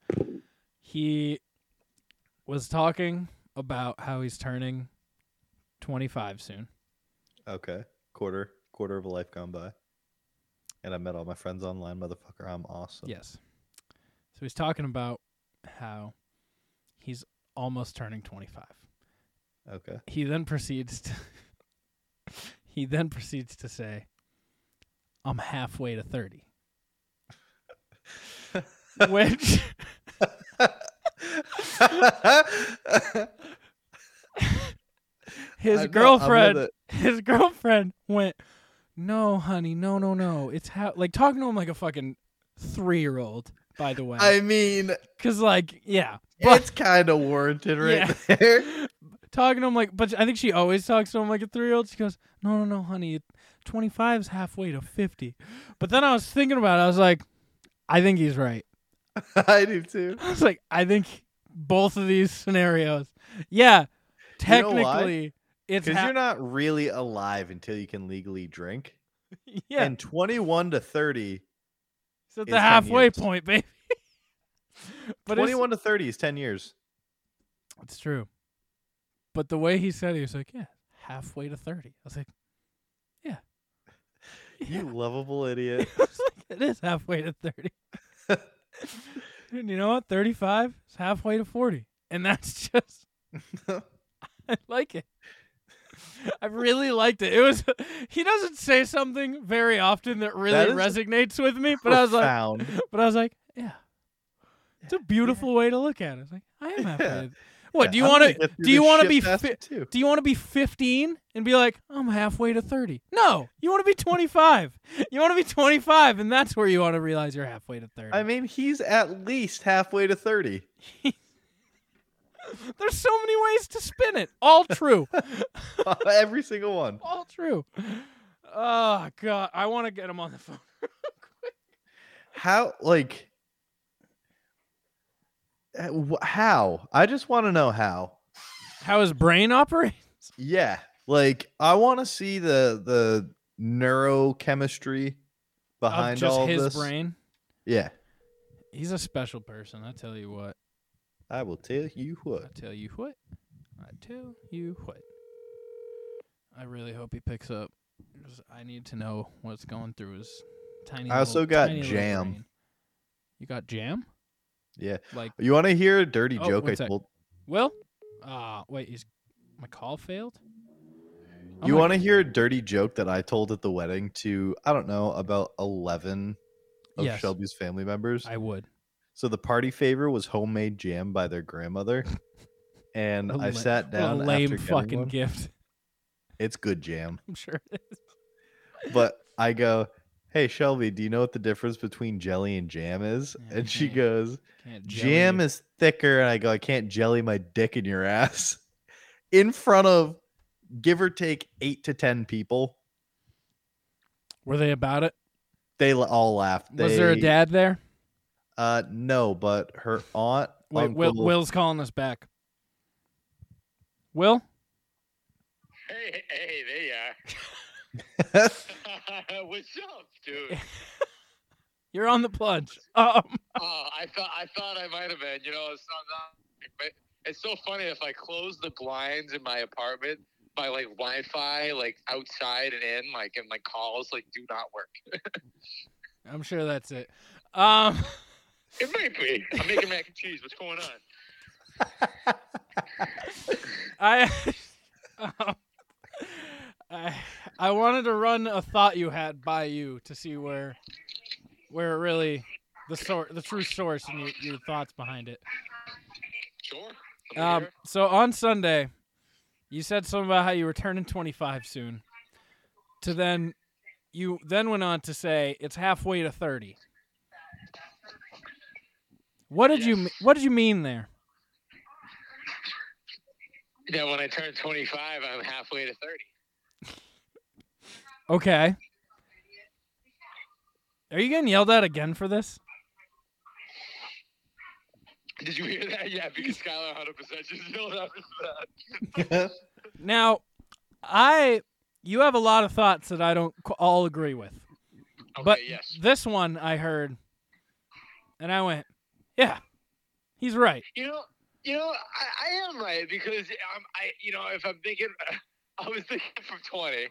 S1: He was talking about how he's turning 25 soon.
S2: Okay. Quarter quarter of a life gone by. And I met all my friends online, motherfucker. I'm awesome.
S1: Yes. So he's talking about how he's almost turning 25.
S2: Okay.
S1: He then proceeds to he then proceeds to say I'm halfway to 30. Which his
S2: I know- I know
S1: girlfriend
S2: that-
S1: his girlfriend went no honey no no no it's how like talking to him like a fucking three-year-old by the way
S2: I mean,
S1: because like yeah
S2: it's kind of warranted right there.
S1: talking to him like but i think she always talks to him like a three-year-old she goes no no no honey 25 is halfway to 50 but then i was thinking about it i was like i think he's right
S2: I do too.
S1: i was like i think both of these scenarios yeah
S2: You know why?
S1: technically it's
S2: Because
S1: ha-
S2: you're not really alive until you can legally drink.
S1: yeah
S2: And 21 to 30,
S1: it's at
S2: is
S1: the
S2: 10
S1: halfway
S2: years.
S1: point baby but it's-
S2: 21 to 30 is 10 years.
S1: It's true. But the way he said it, he was like, yeah, halfway to 30. I was like,
S2: You lovable idiot.
S1: I was like, it is halfway to 30. and you know what? 35 is halfway to 40. And that's just, I like it. I really liked it. It was, he doesn't say something very often that really
S2: That is
S1: resonates with me, but I was like,
S2: Profound.
S1: but I was like, yeah. It's a beautiful way to look at it. I was like, I am halfway.
S2: Yeah.
S1: to- What
S2: Yeah,
S1: do you
S2: I'm
S1: want
S2: gonna
S1: to?
S2: get through
S1: Do you
S2: this
S1: want to
S2: shit
S1: be?
S2: faster,
S1: Fi-
S2: too.
S1: Do you want to be 15 and be like, I'm halfway to 30? No, you want to be 25. you want to be 25, and that's where you want to realize you're halfway to 30.
S2: I mean, he's at least halfway to 30.
S1: There's so many ways to spin it. All true.
S2: Every single one.
S1: All true. Oh God, I want to get him on the phone.
S2: How, like, uh, wh- how? I just want to know how.
S1: How his brain operates?
S2: Yeah. Like, I want to see the the neurochemistry behind
S1: of just
S2: all of
S1: his
S2: this.
S1: brain.
S2: Yeah.
S1: He's a special person. I tell you what.
S2: I will tell you
S1: I
S2: what.
S1: tell you what. I tell you what. I really hope he picks up. 'cause I need to know what's going through his tiny.
S2: I also
S1: little-
S2: got
S1: tiny little
S2: jam.
S1: brain. You got jam?
S2: Yeah.
S1: Like
S2: You want to hear a dirty
S1: Oh,
S2: joke
S1: one
S2: I
S1: sec.
S2: told?
S1: Will? Ah, wait. Is my call failed? Oh
S2: You
S1: my-
S2: want to hear a dirty joke that I told at the wedding to I don't know about 11 of
S1: Yes.
S2: Shelby's family members.
S1: I would.
S2: So the party favor was homemade jam by their grandmother. And
S1: A
S2: I
S1: la-
S2: sat
S1: what
S2: down
S1: A lame
S2: after getting
S1: fucking
S2: one.
S1: gift.
S2: It's good jam.
S1: I'm sure. it is.
S2: But I go, "Hey Shelby, do you know what the difference between jelly and jam is?"
S1: Yeah,
S2: And she
S1: can't-
S2: goes,
S1: Can't
S2: "Jam
S1: Mm-hmm. jelly-
S2: is thicker." And I go, "I can't jelly my dick in your ass." In front of give or take 8 to 10 people.
S1: Were they about it?
S2: They la- all laughed.
S1: Was there a
S2: They-
S1: dad there?
S2: Uh, no, but her aunt.
S1: Wait,
S2: uncle,
S1: Will, Will's calling us back. Will?
S11: Hey, hey, there you are. What's up, dude?
S1: You're on the plunge. Um,
S11: Oh, I thought I thought I might have been. You know, it's not, not but it's so funny if I close the blinds in my apartment, my like Wi-Fi, like outside and in, like and my calls like do not work.
S1: I'm sure that's it. Um,
S11: It might be. I'm making mac and cheese. What's going on?
S1: I, um, I, I wanted to run a thought you had by you to see where, where it really, the sor- the true source and your, your thoughts behind it.
S11: Sure. I'm
S1: Um,
S11: here.
S1: so on Sunday, you said something about how you were turning 25 soon. To then, you then went on to say it's halfway to 30. What did you me- What did you mean there?
S11: Yeah, when I turn 25, I'm halfway to 30.
S1: Okay. Are you getting yelled at again for this?
S11: Did you hear that? Yeah, because Skylar 100 percent just yelled out for that.
S1: Now, I you have a lot of thoughts that I don't qu- all agree with. but
S11: yes.
S1: this one I heard, and I went, "Yeah, he's right."
S11: You know, you know, I, I am right because I'm, I, you know, if I'm thinking, I was thinking from 20,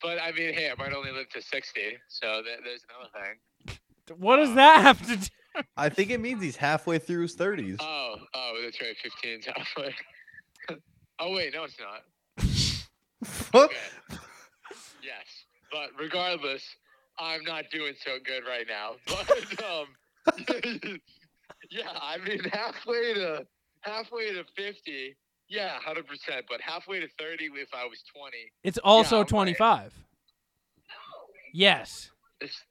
S11: but I mean, hey, I might only live to 60, so th- there's another thing.
S1: What does that have to do?
S2: I think it means he's halfway through his thirties.
S11: Oh, oh, that's right, 15 halfway. oh wait, no, it's not.
S2: What?
S11: Yes, but regardless, I'm not doing so good right now. But um, yeah, I mean halfway to halfway to 50, yeah, 100. percent But halfway to 30, if I was 20,
S1: It's also 25. Yes.
S11: it's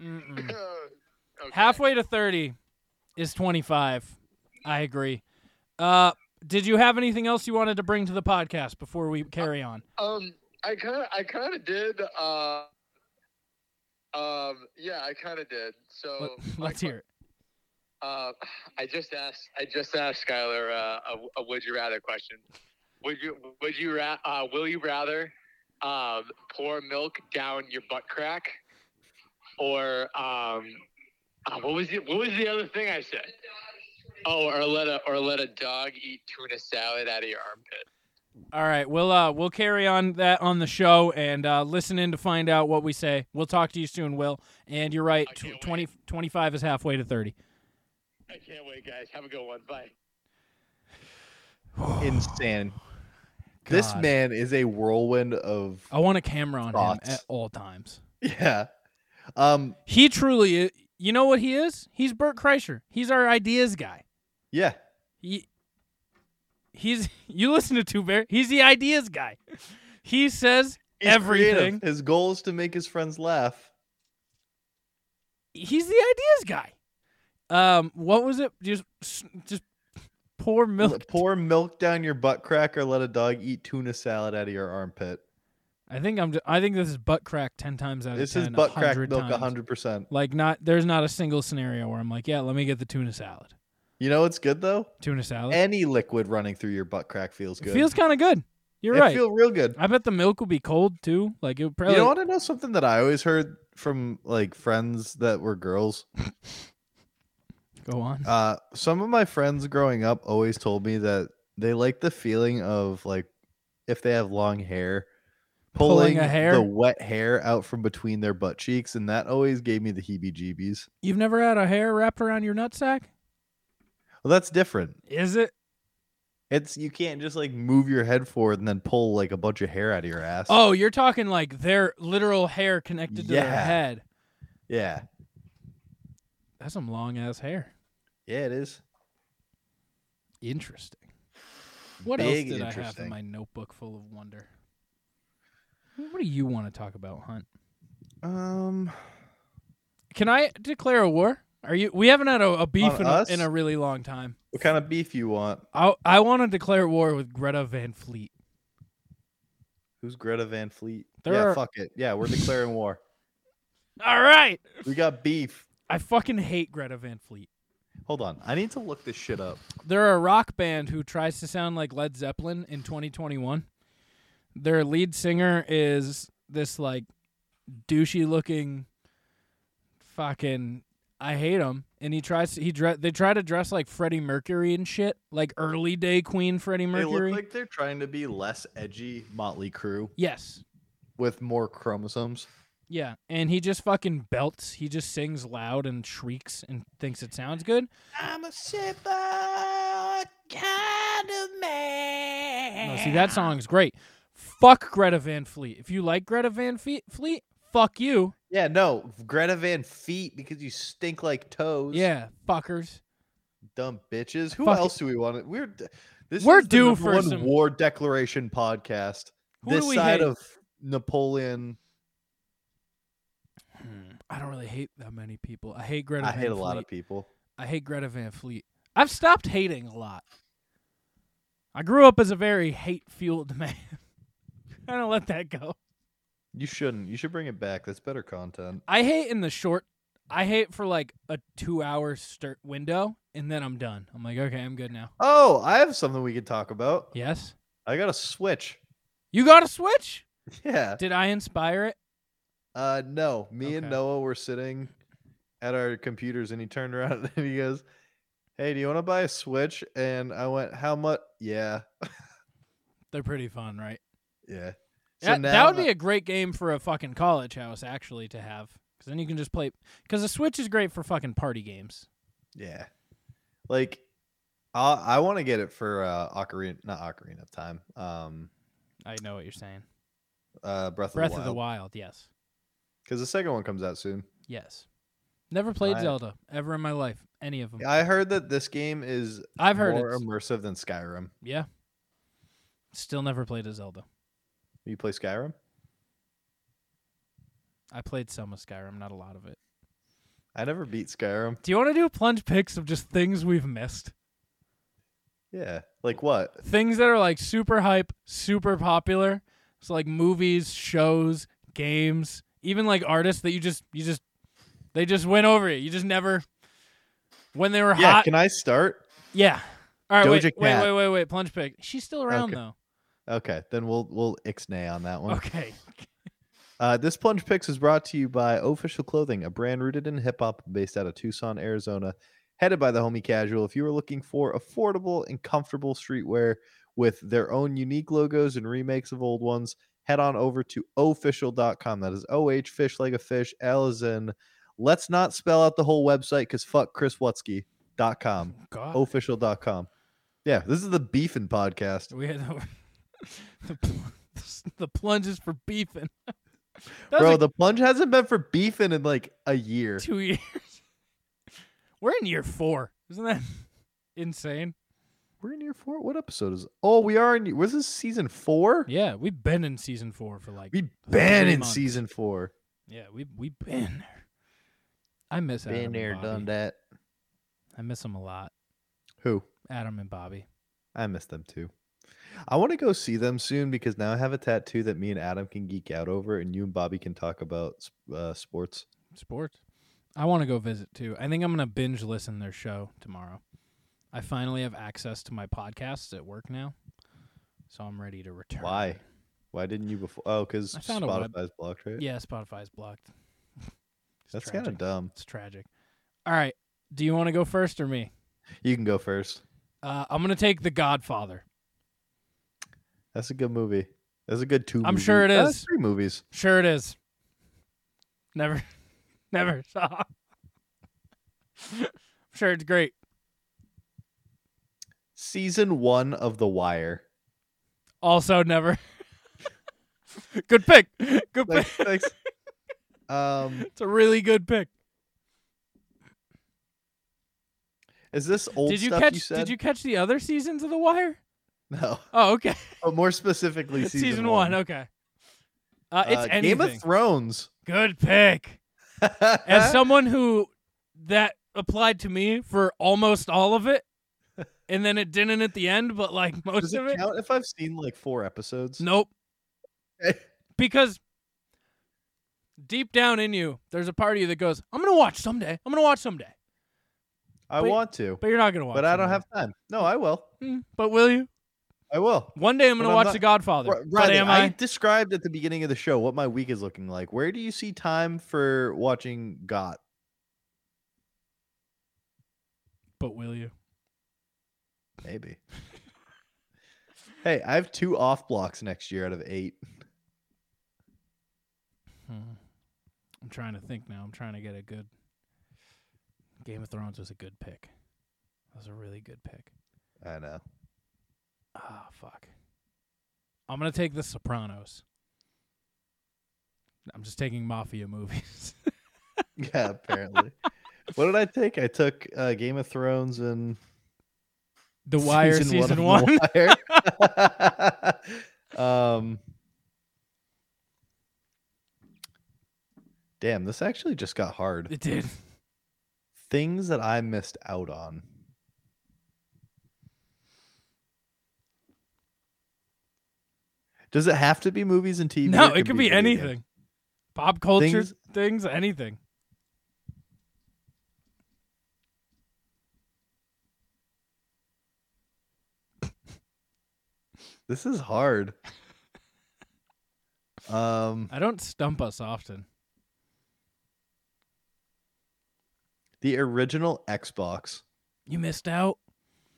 S1: Mm-mm.
S11: okay.
S1: Halfway to 30 is 25. I agree. Uh, did you have anything else you wanted to bring to the podcast before we carry on?
S11: Um, I kind of, I kind of did. Uh, um, yeah, I kind of did. So
S1: Let's hear it.
S11: Uh, I just asked. I just asked Skylar uh, a, a would you rather question. Would you would you ra- uh, will you rather um, pour milk down your butt crack, or um, uh, what was the what was the other thing I said? Oh, or let a or let a dog eat tuna salad out of your armpit.
S1: All right, we'll uh, we'll carry on that on the show and uh, listen in to find out what we say. We'll talk to you soon, Will. And you're right, tw- 20, 25 is halfway to 30.
S11: I can't wait, guys. Have a good one. Bye.
S2: Insane. This
S1: God. Oh.
S2: man is a whirlwind of
S1: I want a camera on
S2: Thoughts.
S1: him at all times.
S2: yeah. Um.
S1: He truly is. You know what he is? He's Bert Kreischer. He's our ideas guy.
S2: Yeah.
S1: He, he's you listen to Two Bear. He's the ideas guy. He says
S2: He's creative.
S1: everything.
S2: His goal is to make his friends laugh.
S1: He's the ideas guy. Um, what was it? Just just pour milk.
S2: Pour milk down your butt crack, or let a dog eat tuna salad out of your armpit.
S1: I think I'm. I think this is butt crack ten times out of
S2: This
S1: ten.
S2: is butt crack
S1: 100
S2: milk,
S1: times.
S2: hundred percent.
S1: Like not. There's not a single scenario where I'm like, yeah, let me get the tuna salad.
S2: You know what's good though?
S1: Tuna salad.
S2: Any liquid running through your butt crack feels good.
S1: It feels kind of good. You're
S2: It
S1: right.
S2: feel real good.
S1: I bet the milk will be cold too. Like it would probably.
S2: You know what? I know something that I always heard from like friends that were girls.
S1: Go on.
S2: Uh, some of my friends growing up always told me that they like the feeling of like if they have long hair,
S1: Pulling a hair?
S2: the wet hair out from between their butt cheeks, and that always gave me the heebie-jeebies.
S1: You've never had a hair wrapped around your nutsack?
S2: Well, that's different.
S1: Is it?
S2: It's you can't just like move your head forward and then pull like a bunch of hair out of your ass.
S1: Oh, you're talking like their literal hair connected to their
S2: Yeah.
S1: head.
S2: yeah,
S1: That's some long ass hair.
S2: yeah, it is.
S1: Interesting. What
S2: Big
S1: else did I have in
S2: interesting.
S1: my notebook full of wonder? What do you want to talk about, Hunt?
S2: Um,
S1: Can I declare a war? Are you? We haven't had a, a beef
S2: On
S1: in a,
S2: us?
S1: in a really long time.
S2: what kind of beef you want?
S1: I I want to declare war with Greta Van Fleet.
S2: Who's Greta Van Fleet?
S1: There
S2: yeah,
S1: are-
S2: fuck it. Yeah, we're declaring war.
S1: All right.
S2: We got beef.
S1: I fucking hate Greta Van Fleet.
S2: Hold on, I need to look this shit up.
S1: They're a rock band who tries to sound like Led Zeppelin in 2021. Their lead singer is this like douchey looking fucking I hate him and he tries to, he dre- they try to dress like Freddie Mercury and shit, like early day Queen Freddie
S2: They
S1: Mercury.
S2: look like they're trying to be less edgy Motley Crew
S1: yes.
S2: with more chromosomes.
S1: Yeah, and he just fucking belts. He just sings loud and shrieks and thinks it sounds good.
S2: I'm a simple kind of man.
S1: No, see that song's great. Fuck Greta Van Fleet. If you like Greta Van Fe- Fleet, fuck you.
S2: Yeah, no, Greta Van Feet because you stink like toes.
S1: Yeah, fuckers.
S2: dumb bitches. Who
S1: Fuck it.
S2: else do we want? To, we're d- this
S1: We're
S2: is the
S1: due
S2: number
S1: for
S2: one
S1: some-
S2: war declaration podcast.
S1: Who
S2: this
S1: do we
S2: side
S1: hate?
S2: of Napoleon.
S1: I don't really hate that many people. I hate Greta.
S2: I
S1: Van
S2: hate a lot
S1: Fleet.
S2: of people.
S1: I hate Greta Van Fleet. I've stopped hating a lot. I grew up as a very hate fueled man. I don't let that go.
S2: You shouldn't. You should bring it back. That's better content.
S1: I hate in the short. I hate for like a two hour start window, and then I'm done. I'm like, okay, I'm good now.
S2: Oh, I have something we could talk about.
S1: Yes,
S2: I got a switch.
S1: you got a switch.
S2: Yeah.
S1: Did I inspire it?
S2: Uh, no, me and
S1: Okay.
S2: Noah were sitting at our computers, and he turned around and he goes, "Hey, do you want to buy a Switch?" And I went, "How much?" Yeah,
S1: They're pretty fun, right?
S2: yeah.
S1: that, that would be a great game for a fucking college house, actually, to have. Because then you can just play. Because the Switch is great for fucking party games.
S2: yeah. Like, I I want to get it for uh, Ocarina, not Ocarina of Time. Um,
S1: I know what you're saying.
S2: uh, Breath,
S1: Breath
S2: of the Wild
S1: Wild, yes.
S2: because the second one comes out soon.
S1: Yes. Never played
S2: I-
S1: Zelda ever in my life. Any of them.
S2: I heard that this game is
S1: Mm-hmm. I've heard
S2: more um,
S1: it's-
S2: immersive than Skyrim.
S1: Yeah. Still never played a Zelda.
S2: You play Skyrim?
S1: I played some of Skyrim, not a lot of it.
S2: I never beat Skyrim.
S1: Do you want to do a plunge picks of just things we've missed?
S2: Yeah, like what?
S1: Things that are like super hype, super popular. So like movies, shows, games, even like artists that you just you just they just went over it. You just never when they were
S2: yeah,
S1: hot.
S2: can I start?
S1: Yeah. All right, wait,
S2: Doja
S1: wait, wait,
S2: Cat.
S1: wait, wait, Plunge pick. She's still around
S2: Okay.
S1: though.
S2: Okay, then we'll we'll ixnay on that one.
S1: Okay.
S2: Uh, this plunge picks is brought to you by Official Clothing, a brand rooted in hip hop, based out of Tucson, Arizona, headed by the homie Casual. If you are looking for affordable and comfortable streetwear with their own unique logos and remakes of old ones, head on over to official.com. That is O H fish like a fish. L is in. Let's not spell out the whole website because fuck Chris Watsky.com.
S1: God.
S2: Oh. Official.com. Yeah, this is the beefing podcast.
S1: We had the, the, pl- the plunges for beefing. That was
S2: Bro,
S1: like
S2: the plunge hasn't been for beefing in like a year.
S1: two years. We're in year four. Isn't that insane?
S2: We're in year four. What episode is? Oh, we are in. Was this season four?
S1: Yeah, we've been in season four for like
S2: We've been
S1: three
S2: in
S1: months.
S2: season four.
S1: Yeah, we we've been there. I miss Adam
S2: Been
S1: and
S2: there,
S1: Bobby.
S2: done that.
S1: I miss them a lot.
S2: Who?
S1: Adam and Bobby.
S2: I miss them too. I want to go see them soon because now I have a tattoo that me and Adam can geek out over, and you and Bobby can talk about s- uh, sports.
S1: Sports. I want to go visit too. I think I'm gonna binge listen their show tomorrow. I finally have access to my podcasts at work now, so I'm ready to return.
S2: Why? Why didn't you before? Oh, because
S1: I found a web-
S2: Spotify's blocked, right?
S1: Yeah, Spotify's blocked. It's
S2: that's kind of
S1: tragic.
S2: dumb.
S1: It's tragic. All right. Do you want to go first or me?
S2: You can go first.
S1: Uh, I'm gonna take The Godfather.
S2: That's a good movie. That's a good two.
S1: I'm
S2: movie-
S1: sure it
S2: uh,
S1: is.
S2: three movies.
S1: Sure, it is. Never, never saw. sure, it's great.
S2: Season one of The Wire.
S1: Also, never. good pick. Good pick.
S2: Thanks. thanks. Um,
S1: It's a really good pick.
S2: is this old?
S1: did you
S2: stuff
S1: catch?
S2: You said?
S1: did you catch the other seasons of The Wire?
S2: No.
S1: Oh, okay.
S2: But more specifically, season,
S1: one. Okay. Uh, it's
S2: Uh,
S1: anything.
S2: Game of Thrones.
S1: good pick. As someone who that applied to me for almost all of it, and then it didn't at the end, but like most
S2: Does
S1: of
S2: it
S1: it.
S2: count if I've seen like four episodes?
S1: Nope.
S2: Okay.
S1: because deep down in you, there's a part of you that goes, "I'm gonna watch someday. I'm gonna watch someday,"
S2: I
S1: but-
S2: want to,
S1: but you're not gonna watch.
S2: but I don't
S1: someday.
S2: have time. No, I will.
S1: Mm, But will you?
S2: I will.
S1: One day I'm gonna
S2: But I'm
S1: watch
S2: not-
S1: The Godfather.
S2: R-
S1: but
S2: Riley,
S1: am
S2: I
S1: I?
S2: described at the beginning of the show what my week is looking like. Where do you see time for watching God?
S1: But will you?
S2: Maybe. hey, I have two off blocks next year out of eight.
S1: Hmm. I'm trying to think now. I'm trying to get a good. Game of Thrones was a good pick. That was a really good pick.
S2: I know.
S1: Ah, fuck. I'm gonna take The Sopranos. I'm just taking mafia movies.
S2: Yeah, apparently. what did I take? I took uh, Game of Thrones and
S1: the Wire season one.
S2: of The Wire. um, damn, this actually just got hard.
S1: It did.
S2: Things that I missed out on. Does it have to be movies and TV?
S1: No,
S2: or
S1: it could be
S2: video games?
S1: anything. Pop culture
S2: Things-
S1: things, anything.
S2: This is hard. Um,
S1: I don't stump us often.
S2: The original Xbox.
S1: You missed out.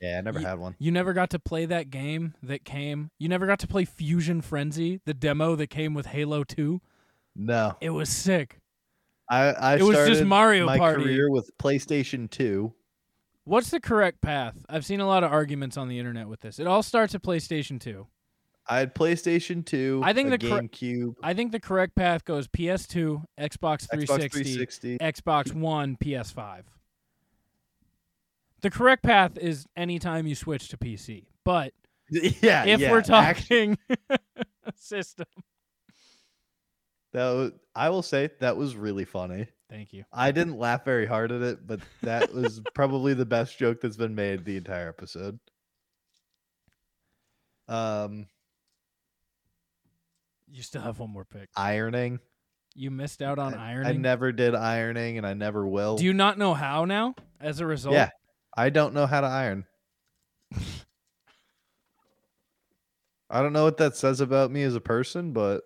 S2: Yeah, I never had one.
S1: You never got to play that game that came. You never got to play Fusion Frenzy, the demo that came with Halo 2.
S2: No.
S1: It was sick.
S2: I, I
S1: It was just
S2: started
S1: Mario
S2: my
S1: Party.
S2: career with PlayStation 2.
S1: What's the correct path? I've seen a lot of arguments on the internet with this. It all starts at PlayStation 2.
S2: I had PlayStation 2.
S1: I think
S2: a
S1: the cor-
S2: GameCube.
S1: I think the correct path goes PS2, Xbox 360,
S2: 360.
S1: Xbox One, PS5. The correct path is anytime you switch to PC. But
S2: yeah,
S1: if
S2: Uh, yeah,
S1: we're
S2: act-
S1: talking system,
S2: that was, I will say that was really funny.
S1: thank you.
S2: I didn't laugh very hard at it, but that was probably the best joke that's been made the entire episode. Um,
S1: You still have one more pick.
S2: ironing.
S1: You missed out on
S2: I- I
S1: ironing.
S2: never did ironing, and I never will.
S1: Do you not know how now? As a result,
S2: Yeah, I don't know how to iron. I don't know what that says about me as a person, but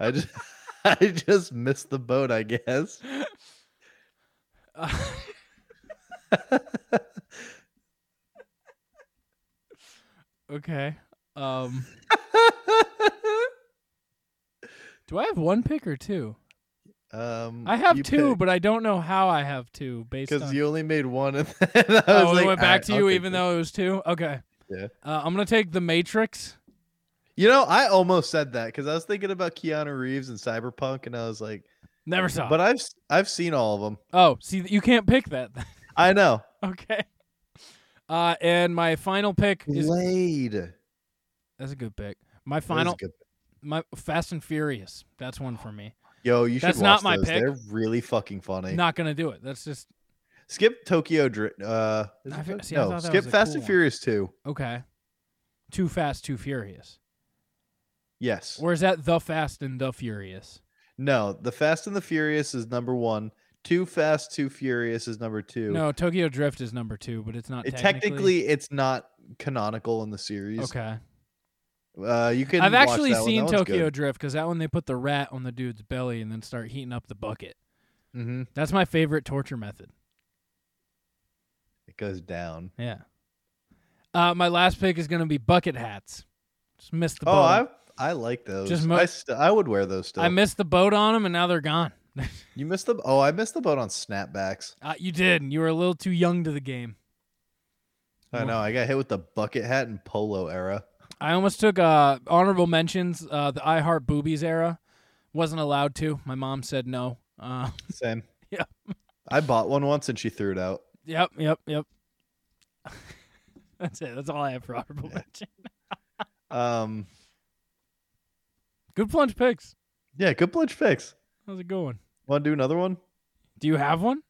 S2: I just I just missed the boat, I guess.
S1: Uh, okay. Um, do I have one pick or two?
S2: Um,
S1: I have two, but I don't know how I have two based
S2: because
S1: on.
S2: you only made one, and then I was
S1: oh,
S2: like,
S1: it went back
S2: "Alright,
S1: to
S2: I'll
S1: you
S2: take
S1: even
S2: this."
S1: though it was two. Okay.
S2: Yeah.
S1: Uh, I'm gonna take the Matrix.
S2: you know I almost said that because I was thinking about Keanu Reeves and Cyberpunk, and I was like,
S1: Never saw.
S2: but
S1: it.
S2: I've s- I've seen all of them.
S1: oh, see, you can't pick that. then.
S2: I know
S1: okay. Uh, and my final pick is
S2: Blade. That was
S1: that's a good pick. My
S2: a
S1: final,
S2: good-
S1: my Fast and Furious. That's one for me.
S2: Yo, you should
S1: That's
S2: watch
S1: not my
S2: those.
S1: pick.
S2: They're really fucking funny.
S1: Not gonna do it. That's just
S2: Skip Tokyo Drift. Uh, is
S1: I
S2: it
S1: fe-
S2: Tok-
S1: see, I
S2: no,
S1: thought that
S2: skip
S1: was a
S2: Fast
S1: cool
S2: and
S1: one.
S2: Furious Two.
S1: okay. Too fast, too furious.
S2: Yes.
S1: Or is that the Fast and the Furious?
S2: No, the Fast and the Furious is number one. Too Fast, Too Furious is number two.
S1: No, Tokyo Drift is number two, but it's not
S2: It-
S1: technically.
S2: technically, it's not canonical in the series.
S1: okay.
S2: Uh, you can.
S1: I've
S2: watch
S1: actually
S2: that one.
S1: seen
S2: That one's
S1: Tokyo Drift because that one they put the rat on the dude's belly and then start heating up the bucket.
S2: Good. hmm
S1: That's my favorite torture method.
S2: It goes down.
S1: Yeah. Uh, my last pick is going to be bucket hats. Just missed the
S2: Oh, I
S1: boat.
S2: I like those.
S1: Just mo-
S2: I, st- I would wear those still.
S1: I missed the boat on them and now they're gone.
S2: you missed the. Oh, I missed the boat on snapbacks.
S1: uh, you did. and You were a little too young to the game.
S2: I know. I got hit with the bucket hat and polo era.
S1: I almost took uh, honorable mentions. Uh, the I Heart Boobies era wasn't allowed to. My mom said no. Uh,
S2: Same.
S1: Yeah.
S2: I bought one once and she threw it out.
S1: yep, yep, yep. That's it. That's all I have for honorable mention.
S2: Um.
S1: Good plunge picks.
S2: Yeah. Good pledge fix.
S1: How's it going?
S2: Want to do another one?
S1: Do you have one?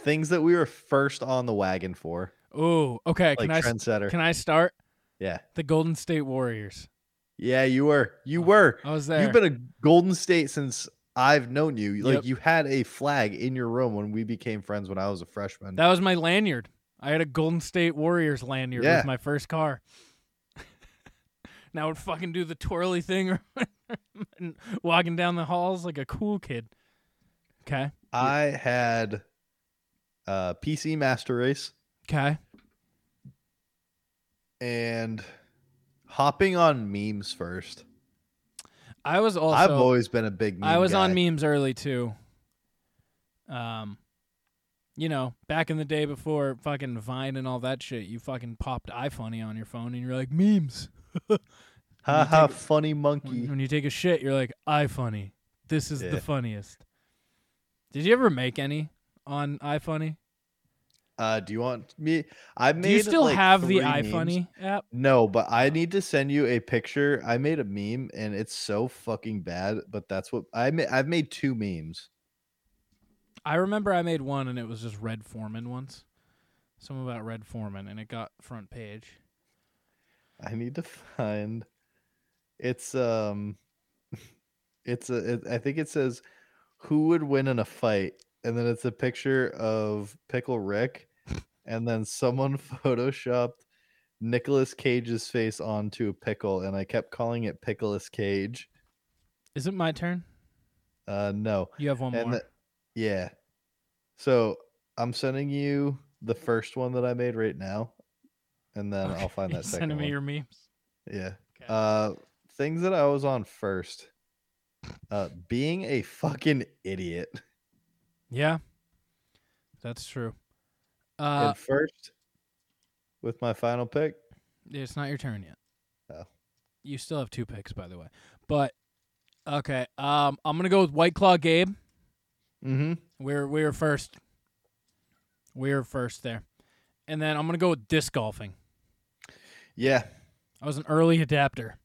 S2: Things that we were first on the wagon for,
S1: Oh, okay.
S2: like
S1: can I
S2: trendsetter.
S1: can I start?
S2: yeah.
S1: The Golden State Warriors.
S2: Yeah. You were. You were.
S1: I was Oh, there.
S2: You've been a Golden State since I've known you. Like
S1: Yep.
S2: you had a flag in your room when we became friends when I was a freshman.
S1: That was my lanyard. I had a Golden State Warriors lanyard
S2: Yeah.
S1: with my first car. and I would fucking do the twirly thing and walking down the halls like a cool kid. Okay.
S2: I had uh PC Master Race
S1: Okay.
S2: and hopping on memes first.
S1: I was also
S2: I've always been a big meme
S1: I was on
S2: guy.
S1: memes early too. Um you know, back in the day before fucking Vine and all that shit, you fucking popped iFunny on your phone and you're like memes.
S2: Ha ha
S1: take-
S2: funny monkey.
S1: When, when you take a shit, you're like, I funny. This is
S2: Yeah.
S1: the funniest. Did you ever make any on iFunny?
S2: Uh do you want me I made
S1: Do you still
S2: like,
S1: have the
S2: three memes.
S1: iFunny app?
S2: No, but I need to send you a picture. I made a meme and it's so fucking bad, but that's what I made. I've made two memes.
S1: I remember I made one and it was just Red Foreman once. Something about Red Foreman and it got front page.
S2: I need to find it's um it's a it, I think it says who would win in a fight and then it's a picture of Pickle Rick and then someone photoshopped Nicolas Cage's face onto a pickle and I kept calling it Pickleus Cage.
S1: Is it my turn?
S2: Uh no.
S1: You have one
S2: and
S1: more.
S2: the- Yeah. So I'm sending you the first one that I made right now, and then I'll find that second
S1: Send me
S2: one.
S1: your memes.
S2: Yeah. Uh, things that I was on first. Uh, being a fucking idiot.
S1: Yeah, that's true. Uh,
S2: and first, with my final pick.
S1: it's not your turn yet.
S2: Oh.
S1: You still have two picks, by the way. But okay, um, I'm gonna go with White Claw Gabe.
S2: Mm-hmm.
S1: We're we're first. We're first there, and then I'm gonna go with disc golfing.
S2: Yeah,
S1: I was an early adapter.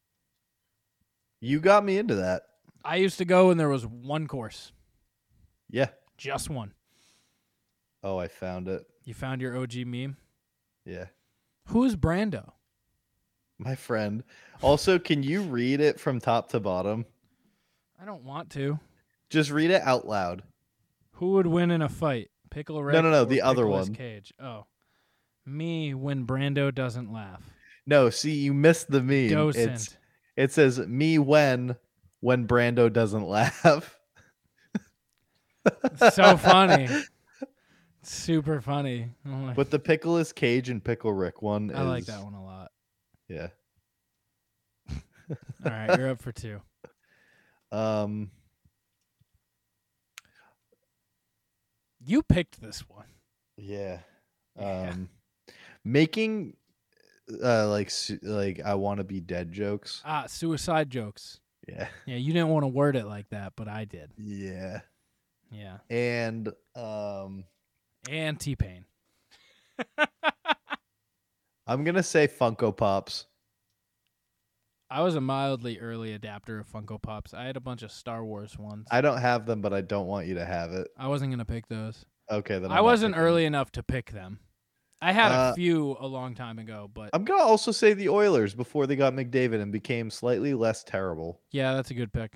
S2: you got me into that.
S1: I used to go and there was one course,
S2: Yeah.
S1: just one.
S2: Oh, I found it.
S1: You found your OG meme.
S2: Yeah.
S1: Who is Brando?
S2: My friend. Also, can you read it from top to bottom?
S1: I don't want to.
S2: Just read it out loud.
S1: Who would win in a fight? Pickle Rick.
S2: no, no,
S1: or
S2: the other
S1: Nicolas
S2: one.
S1: Cage. Oh, me when Brando doesn't laugh.
S2: No, see, you missed the meme. It's
S1: Docent.
S2: it says me when when Brando doesn't laugh.
S1: so funny. Super funny. I'm like-
S2: But the Pickleus Cage and Pickle Rick one is
S1: I like that one a lot.
S2: Yeah.
S1: All right, you're up for two.
S2: Um
S1: You picked this one.
S2: yeah. Um making uh like su- like I want to be dead jokes.
S1: Ah, suicide jokes.
S2: Yeah.
S1: Yeah, you didn't want to word it like that, but I did.
S2: Yeah.
S1: Yeah.
S2: And um
S1: And T Pain.
S2: I'm going to say Funko Pops.
S1: I was a mildly early adapter of Funko Pops. I had a bunch of Star Wars ones.
S2: I don't have them, but I don't want you to have it.
S1: I wasn't gonna pick those.
S2: Okay, then I'm
S1: I
S2: not
S1: wasn't
S2: picking it.
S1: early enough to pick them. I had
S2: Uh,
S1: a few a long time ago, but
S2: I'm gonna also say the Oilers before they got McDavid and became slightly less terrible.
S1: yeah, that's a good pick.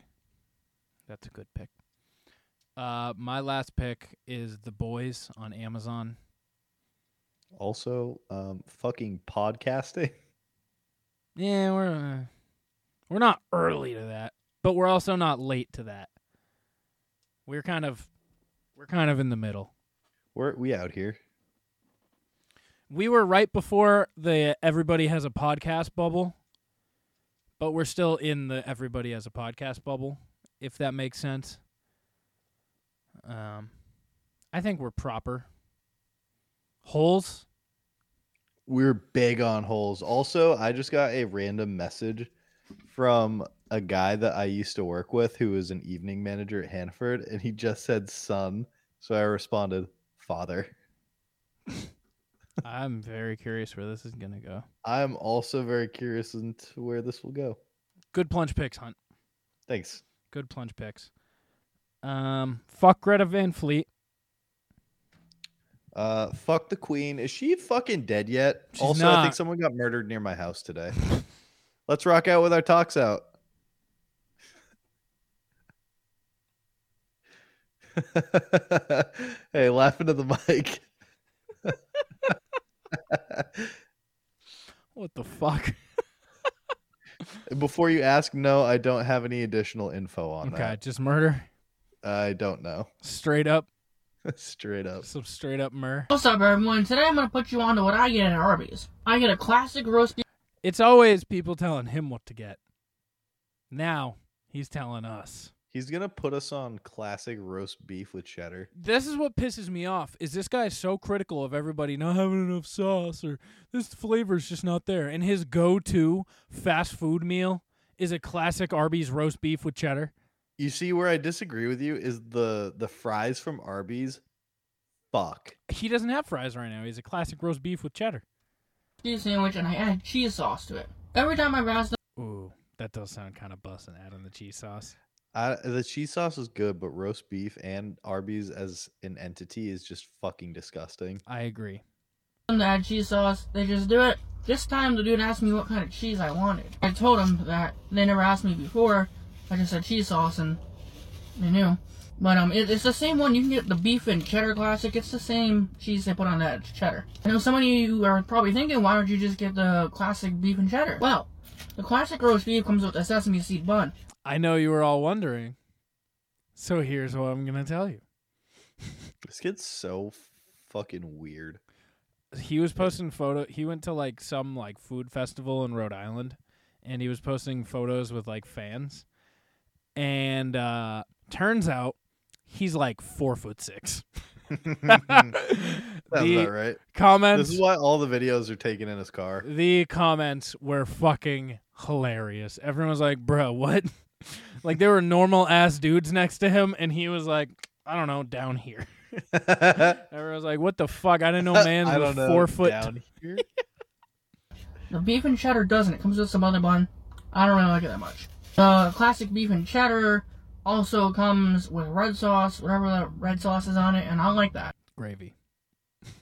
S1: That's a good pick. Uh, my last pick is The Boys on Amazon.
S2: Also, um, fucking podcasting.
S1: Yeah, we're uh, we're not early to that, but we're also not late to that. We're kind of we're kind of in the middle.
S2: We're we out here.
S1: We were right before the everybody has a podcast bubble, but we're still in the everybody has a podcast bubble, if that makes sense. Um I think we're proper. Holes?
S2: We're big on holes. Also, I just got a random message from a guy that I used to work with who was an evening manager at Hanford, and he just said son. So I responded, father.
S1: I'm very curious where this is going to go.
S2: I'm also very curious into where this will go.
S1: Good plunge picks, Hunt.
S2: Thanks.
S1: Good plunge picks. Um, fuck Greta Van Fleet.
S2: Uh, fuck the queen. Is she fucking dead yet?
S1: She's
S2: also, I think
S1: not.
S2: someone got murdered near my house today. Let's rock out with our talks out. hey, laugh into the mic.
S1: What the fuck?
S2: Before you ask, no, I don't have any additional info on
S1: Okay, just murder.
S2: that. I don't know.
S1: Straight up.
S2: Straight up.
S1: Some straight up murder.
S12: What's up, everyone? Today I'm gonna put you on to what I get at Arby's. I get a classic roast beef
S1: It's always people telling him what to get. Now he's telling us.
S2: He's gonna put us on classic roast beef with cheddar.
S1: This is what pisses me off. Is this guy so critical of everybody not having enough sauce or this flavor's just not there? And his go-to fast food meal is a classic Arby's roast beef with cheddar.
S2: You see where I disagree with you is the the fries from Arby's. Fuck.
S1: He doesn't have fries right now. He's a classic roast beef with cheddar.
S12: sandwich and I add cheese sauce to it. Every time I rouse them
S1: Ooh, that does sound kind of bussin' adding the cheese sauce.
S2: I, the cheese sauce is good, but roast beef and Arby's as an entity is just fucking disgusting.
S1: I agree.
S12: to add cheese sauce, they just do it. This time the dude asked me what kind of cheese I wanted. I told him that they never asked me before. I just said cheese sauce and they knew. But um, it, it's the same one. You can get the beef and cheddar classic. It's the same cheese they put on that cheddar. I know some of you are probably thinking, why don't you just get the classic beef and cheddar? Well, the classic roast beef comes with a sesame seed bun.
S1: I know you were all wondering. So here's what I'm going to tell you.
S2: This kid's so fucking weird.
S1: he was posting photo he went to like some like food festival in Rhode Island and he was posting photos with like fans and uh turns out he's like four foot six
S2: Sounds
S1: the
S2: about right.
S1: comments
S2: This is why all the videos are taken in his car.
S1: the comments were fucking hilarious everyone was like bro what like there were normal ass dudes next to him and he was like i don't know down here everyone's like what the fuck i didn't know man
S2: I
S1: was
S2: don't know,
S1: four foot
S2: down here.
S12: The beef and cheddar doesn't. It comes with some other bun. I don't really like it that much. The classic beef and cheddar also comes with red sauce, whatever that red sauce is on it, and I like that.
S1: gravy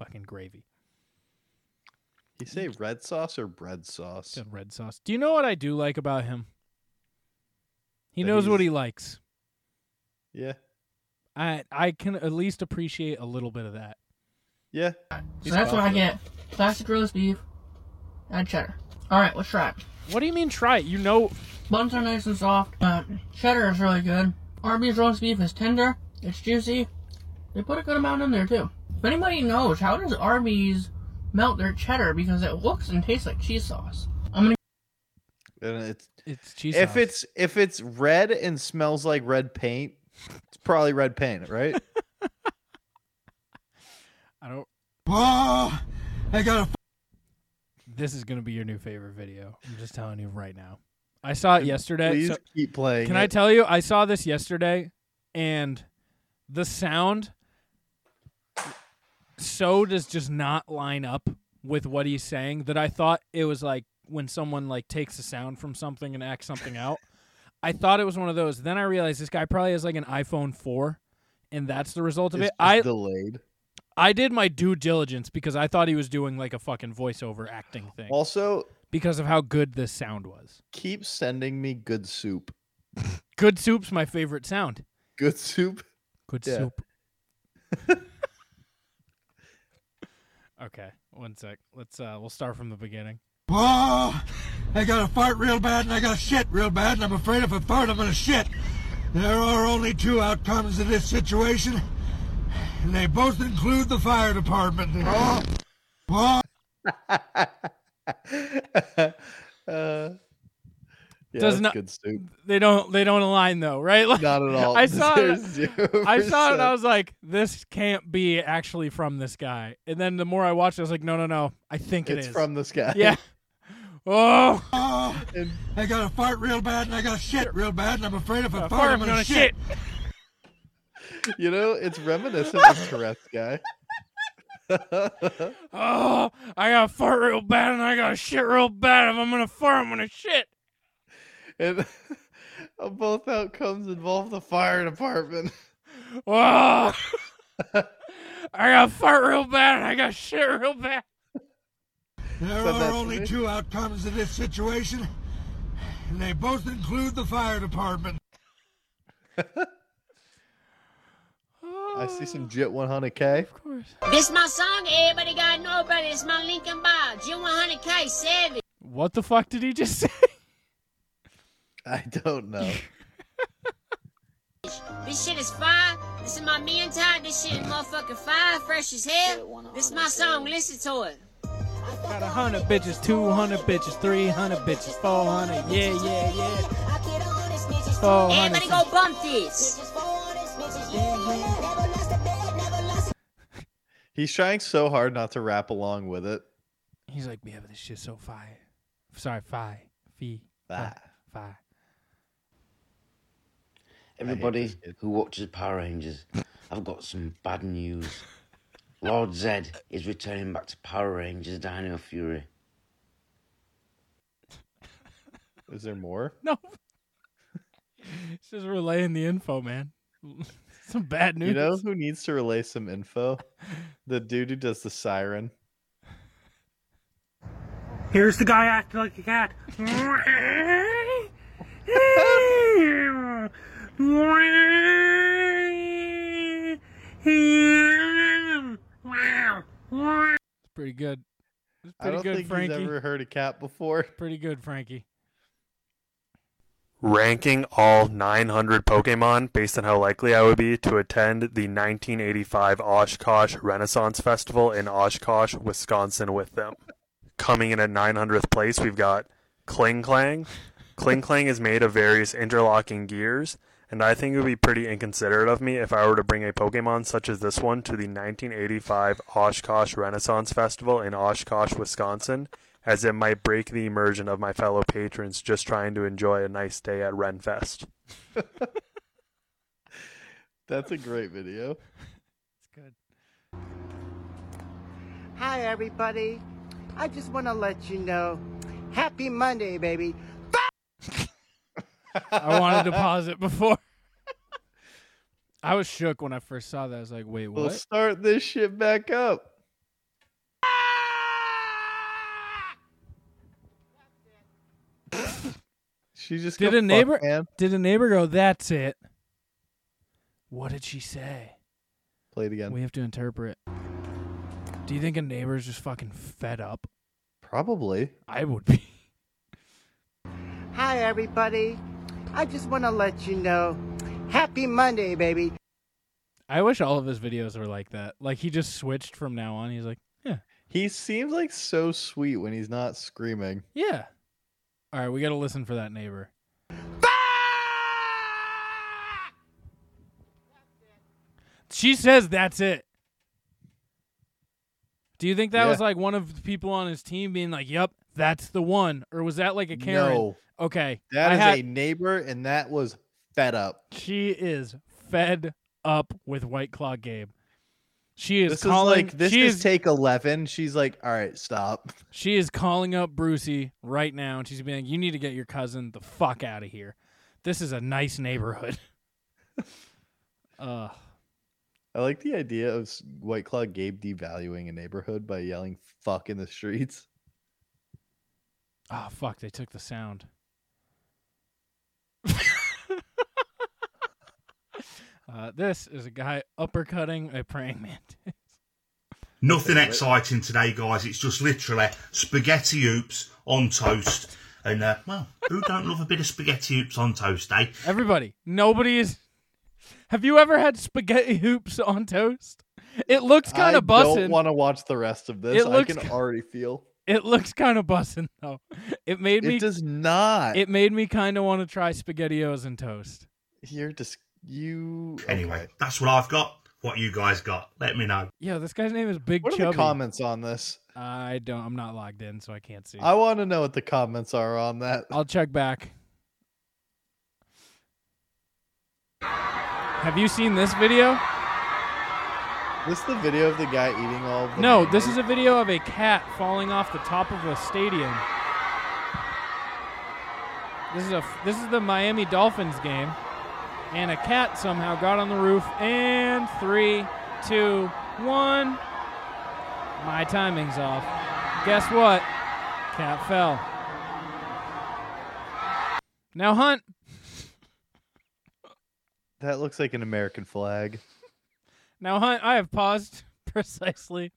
S1: fucking gravy
S2: You say red sauce or bread sauce?
S1: Said red sauce. Do you know what I do like about him? He
S2: That
S1: knows what
S2: he's-
S1: he likes.
S2: Yeah.
S1: I I can at least appreciate a little bit of that.
S2: Yeah.
S12: So that's what I get. Classic roast beef and cheddar. Alright, let's try it.
S1: What do you mean try it? You know.
S12: Buns are nice and soft, but cheddar is really good. Arby's roast beef is tender, it's juicy. They put a good amount in there too. If anybody knows, how does Arby's melt their cheddar because it looks and tastes like cheese sauce? I'm gonna
S2: And it's
S1: it's cheese.
S2: If
S1: sauce.
S2: it's if it's red and smells like red paint, it's probably red paint, right?
S1: I don't.
S13: Oh, I gotta.
S1: This is gonna be your new favorite video. I'm just telling you right now. I saw it yesterday.
S2: Please
S1: so-
S2: keep playing.
S1: Can I
S2: it.
S1: tell you? I saw this yesterday, and the sound so does just not line up with what he's saying that I thought it was like when someone like takes a sound from something and acts something out. I thought it was one of those. Then I realized this guy probably has like an iPhone four, and that's the result of
S2: It's
S1: it.
S2: just
S1: I
S2: delayed.
S1: I did my due diligence because I thought he was doing like a fucking voiceover acting thing.
S2: Also,
S1: because of how good this sound was.
S2: Keep sending me good soup.
S1: Good soup's my favorite sound.
S2: Good soup.
S1: Good
S2: Yeah.
S1: soup. okay, one sec. Let's uh we'll start from the beginning.
S13: Oh, I gotta fart real bad and I gotta shit real bad, and I'm afraid if I fart, I'm gonna shit. There are only two outcomes of this situation, and they both include the fire department. Oh, oh.
S2: Uh, yeah,
S1: Does
S2: that's
S1: not-
S2: good soup.
S1: They don't they don't align though, right? Like,
S2: Not at all.
S1: I saw it.
S2: There's zero
S1: I saw it and I
S2: percent.
S1: was like, this can't be actually from this guy. And then the more I watched it, I was like, no no no. I think it
S2: It's
S1: is.
S2: from this guy.
S1: Yeah. Oh
S13: Oh, I gotta fart real bad and I gotta shit real bad, and I'm afraid if I
S1: Uh,
S13: fart, I'm gonna, shit.
S2: You know, it's reminiscent of Tourette's guy.
S1: Oh I gotta fart real bad and I gotta shit real bad. If I'm gonna fart, I'm gonna shit.
S2: And both outcomes involve the fire department.
S1: Oh, I gotta fart real bad and I gotta shit real bad.
S13: There
S1: Said that
S13: are
S1: to
S13: only
S1: me.
S13: two outcomes of this situation, and they both include the fire department.
S2: I see some Jit 100K.
S14: This my song, everybody got nobody. It's my Lincoln Bob, G100K, savage.
S1: What the fuck did he just say?
S2: I don't know.
S14: This shit is fire. This is my man time. This shit is motherfucking fire, fresh as hell. This is my song, listen to it.
S1: Got a hundred bitches, two hundred bitches, three hundred bitches, four hundred. Yeah, yeah, yeah. Four
S14: Everybody
S1: hundred.
S14: go bump this.
S2: He's trying so hard not to rap along with it.
S1: He's like, yeah, but this shit's so fire. Sorry, fi, fee,
S2: fi,
S1: fi.
S15: Everybody who watches Power Rangers, I've got some bad news. Lord Zed is returning back to Power Rangers Dino Fury.
S2: Is there more?
S1: No. It's just relaying the info, man. Some bad news.
S2: You know who needs to relay some info? The dude who does the siren.
S3: Here's the guy acting like a cat.
S1: It's pretty good. It's
S2: I
S1: pretty
S2: don't
S1: good,
S2: think he's
S1: Frankie.
S2: ever heard a cat before.
S1: Pretty good, Frankie.
S4: ranking all 900 Pokemon based on how likely I would be to attend the 1985 Oshkosh Renaissance Festival in Oshkosh, Wisconsin with them. Coming in at 900th place, we've got Kling Clang. Kling Clang is made of various interlocking gears, and I think it would be pretty inconsiderate of me if I were to bring a Pokemon such as this one to the 1985 Oshkosh Renaissance Festival in Oshkosh, Wisconsin, as it might break the immersion of my fellow patrons just trying to enjoy a nice day at Renfest.
S2: That's a great video.
S16: Hi, everybody. I just want to let you know, happy Monday, baby.
S1: I wanted to pause it before. I was shook when I first saw that. I was like, wait,
S2: We'll
S1: what?
S2: start this shit back up. She just
S1: Did
S2: go,
S1: a neighbor
S2: "Fuck, man."
S1: did a neighbor go, that's it. What did she say?
S2: Play it again.
S1: We have to interpret. Do you think a neighbor's just fucking fed up?
S2: Probably.
S1: I would be.
S16: Hi, everybody. I just want to let you know, happy Monday, baby.
S1: I wish all of his videos were like that. Like he just switched from now on. He's like, yeah.
S2: He seems like so sweet when he's not screaming.
S1: Yeah. All right, we got to listen for that neighbor. She says that's it. Do you think that was
S2: Yeah.
S1: like one of the people on his team being like, "Yep, that's the one," or was that like a Karen?
S2: No.
S1: Okay,
S2: That
S1: I
S2: is
S1: had-
S2: a neighbor, and that was fed up.
S1: She is fed up with White Claw Gabe. She is
S2: This
S1: calling.
S2: is like this
S1: she
S2: is take eleven. She's like, all right, stop.
S1: She is calling up Brucey right now, and she's being like, "You need to get your cousin the fuck out of here. This is a nice neighborhood." uh,
S2: I like the idea of s- White Claw Gabe devaluing a neighborhood by yelling "fuck" in the streets.
S1: oh fuck! They took the sound. uh, this is a guy uppercutting a praying mantis.
S3: Nothing exciting today, guys. It's just literally spaghetti oops on toast. And, uh, well, who don't love a bit of spaghetti oops on toast, eh?
S1: Everybody, nobody is. Have you ever had spaghetti hoops on toast? It looks kind
S2: I
S1: of bussin'.
S2: Don't want to watch the rest of this.
S1: It looks
S2: I can
S1: ki-
S2: already feel.
S1: It looks kind of bussin' though. It made
S2: It
S1: me.
S2: does not.
S1: It made me kind of want to try spaghettios and toast.
S2: You're just you.
S3: Anyway, that's what I've got. What you guys got? Let me know.
S1: Yo, this guy's name is Big
S2: What are the
S1: Chubby.
S2: comments on this?
S1: I don't. I'm not logged in, so I can't see.
S2: I want to know what the comments are on that.
S1: I'll check back. Have you seen this video?
S2: This is the video of the guy eating all. The
S1: No, this is a video of a cat falling off the top of a stadium. This is a this is the Miami Dolphins game, and a cat somehow got on the roof. And three, two, one. My timing's off. Guess what? Cat fell. Now Hunt,
S2: That looks like an American flag.
S1: now Hunt, I have paused precisely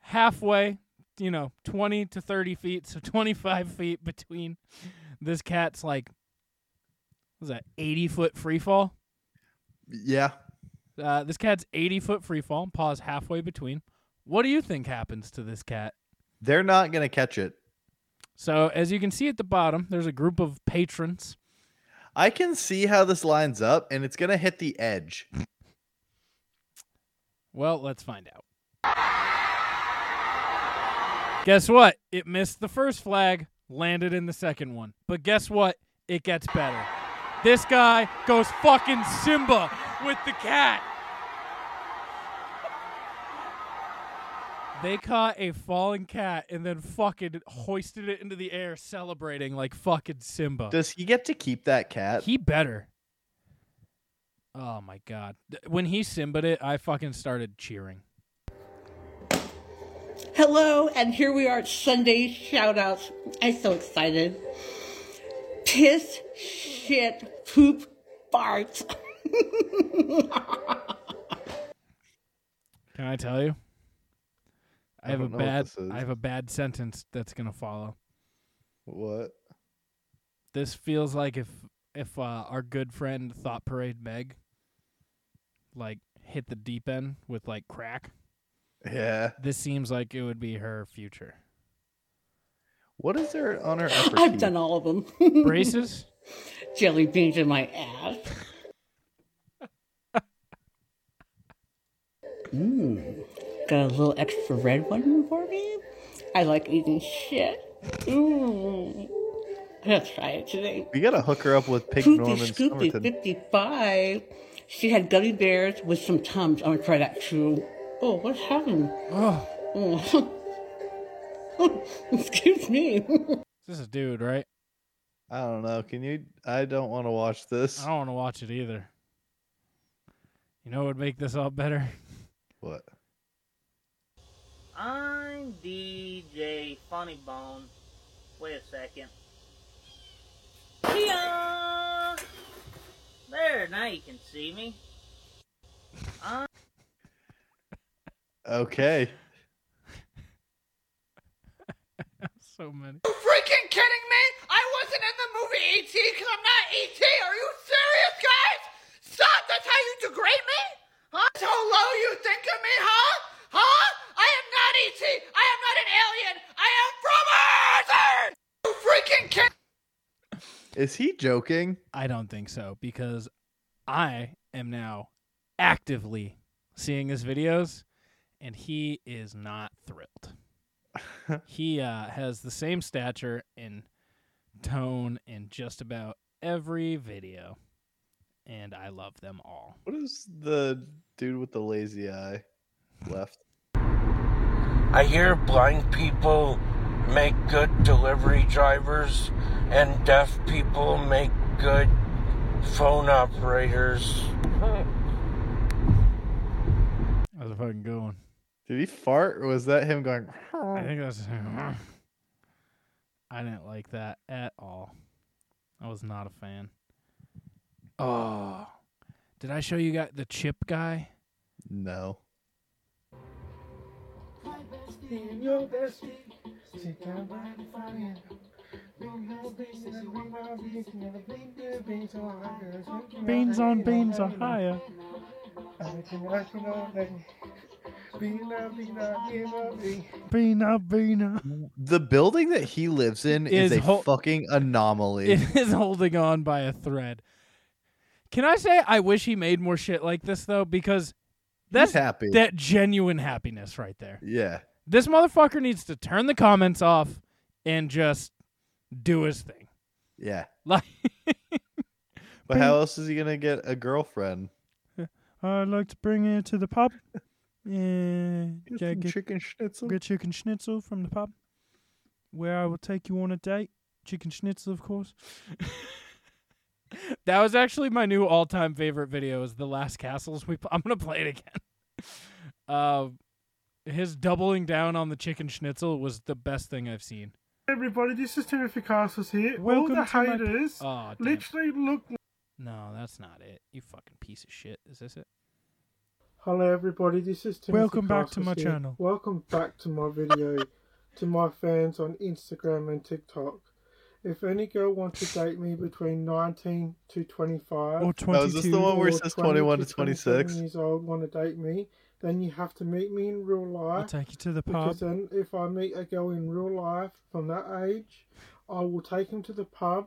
S1: halfway, you know, 20 to 30 feet, so 25 feet between this cat's like, what was that, 80 foot free fall?
S2: Yeah.
S1: Uh, this cat's 80 foot free fall, pause halfway between. What do you think happens to this cat?
S2: They're not gonna catch it.
S1: So, as you can see at the bottom, there's a group of patrons.
S2: I can see how this lines up, and it's gonna hit the edge.
S1: Well, let's find out. Guess what? It missed the first flag, landed in the second one. But guess what? It gets better. This guy goes fucking Simba with the cat. They caught a falling cat and then fucking hoisted it into the air, celebrating like fucking Simba.
S2: Does he get to keep that cat?
S1: He better. Oh my god! Th- When he Simba'd it, I fucking started cheering.
S9: Hello, and here we are at Sunday shoutouts. I'm so excited. Piss, shit, poop, fart.
S1: Can I tell you? I,
S2: I
S1: have a
S2: don't know what
S1: bad
S2: this is.
S1: I have a bad sentence that's gonna follow.
S2: What?
S1: This feels like if if uh, our good friend Thought Parade Meg like hit the deep end with like crack.
S2: Yeah.
S1: This seems like it would be her future.
S2: What is there on her upper
S9: I've
S2: teeth?
S9: done all of them.
S1: Braces?
S9: Jelly beans in my ass. Mmm. Got a little extra red one for me. I like eating shit. Mmm. Let's try it today.
S2: We gotta hook her up with Pig
S9: Poopy
S2: Norman
S9: Scoopy
S2: Somerton.
S9: 55. She had gummy bears with some tums. I'm gonna try that too. Oh, what happened?
S1: Oh.
S9: Excuse me.
S1: This is a dude, right?
S2: I don't know. Can you? I don't want to watch this.
S1: I don't want to watch it either. You know what would make this all better?
S2: What?
S17: I'm DJ Funny Bone. Wait a second. Kia! There, now you can see me. I'm
S2: Okay.
S1: so many.
S5: freaking kidding me? I wasn't in the movie ET because I'm not ET. Are you serious, guys? Stop! That's how you degrade me? Huh? That's how low you think of me, huh? Huh? I am not ET. I am not an alien. I am from Earth. You freaking kidding?
S2: Is he joking?
S1: I don't think so because I am now actively seeing his videos and he is not thrilled. he uh, has the same stature and tone in just about every video and I love them all.
S2: What is the dude with the lazy eye left?
S18: I hear blind people make good delivery drivers, and deaf people make good phone operators.
S1: That's a fucking good one.
S2: Did he fart or was that him going?
S1: I think that's. I didn't like that at all. I was not a fan. Oh, did I show you got the chip guy?
S2: No.
S5: Beans on beans are
S1: higher.
S5: Beena, beena.
S2: The building that he lives in is,
S1: Is
S2: a
S1: ho-
S2: fucking anomaly.
S1: It is holding on by a thread. Can I say I wish he made more shit like this though? Because that's
S2: happy.
S1: That genuine happiness right there.
S2: yeah.
S1: This motherfucker needs to turn the comments off and just do his thing.
S2: Yeah.
S1: Like
S2: But how else is he gonna get a girlfriend?
S1: I'd like to bring it to the pub. Yeah,
S2: some chicken schnitzel.
S1: Get chicken schnitzel from the pub, where I will take you on a date. Chicken schnitzel, of course. that was actually my new all-time favorite video. Is the last castles we? I'm gonna play it again. Uh, his doubling down on the chicken schnitzel was the best thing I've seen.
S19: Everybody, this is Timothy Castles here.
S1: Welcome
S19: All the
S1: to my-
S19: haters
S1: Aw, damn.
S19: literally look.
S1: No, that's not it. You fucking piece of shit. Is this it?
S19: Hello, everybody. This is Timothy
S1: Welcome back to
S19: Castles
S1: my
S19: here.
S1: channel.
S19: Welcome back to my video, to my fans on Instagram and TikTok. If any girl wants to date me between 19 to 25,
S1: Or Oh, is this the 22. one where it
S19: or
S1: says 21 to
S19: 27
S1: 26?
S19: years old want to date me, then you have to meet me in real life.
S1: I'll take you to the
S19: Because
S1: pub.
S19: then, if I meet a girl in real life from that age, I will take him to the pub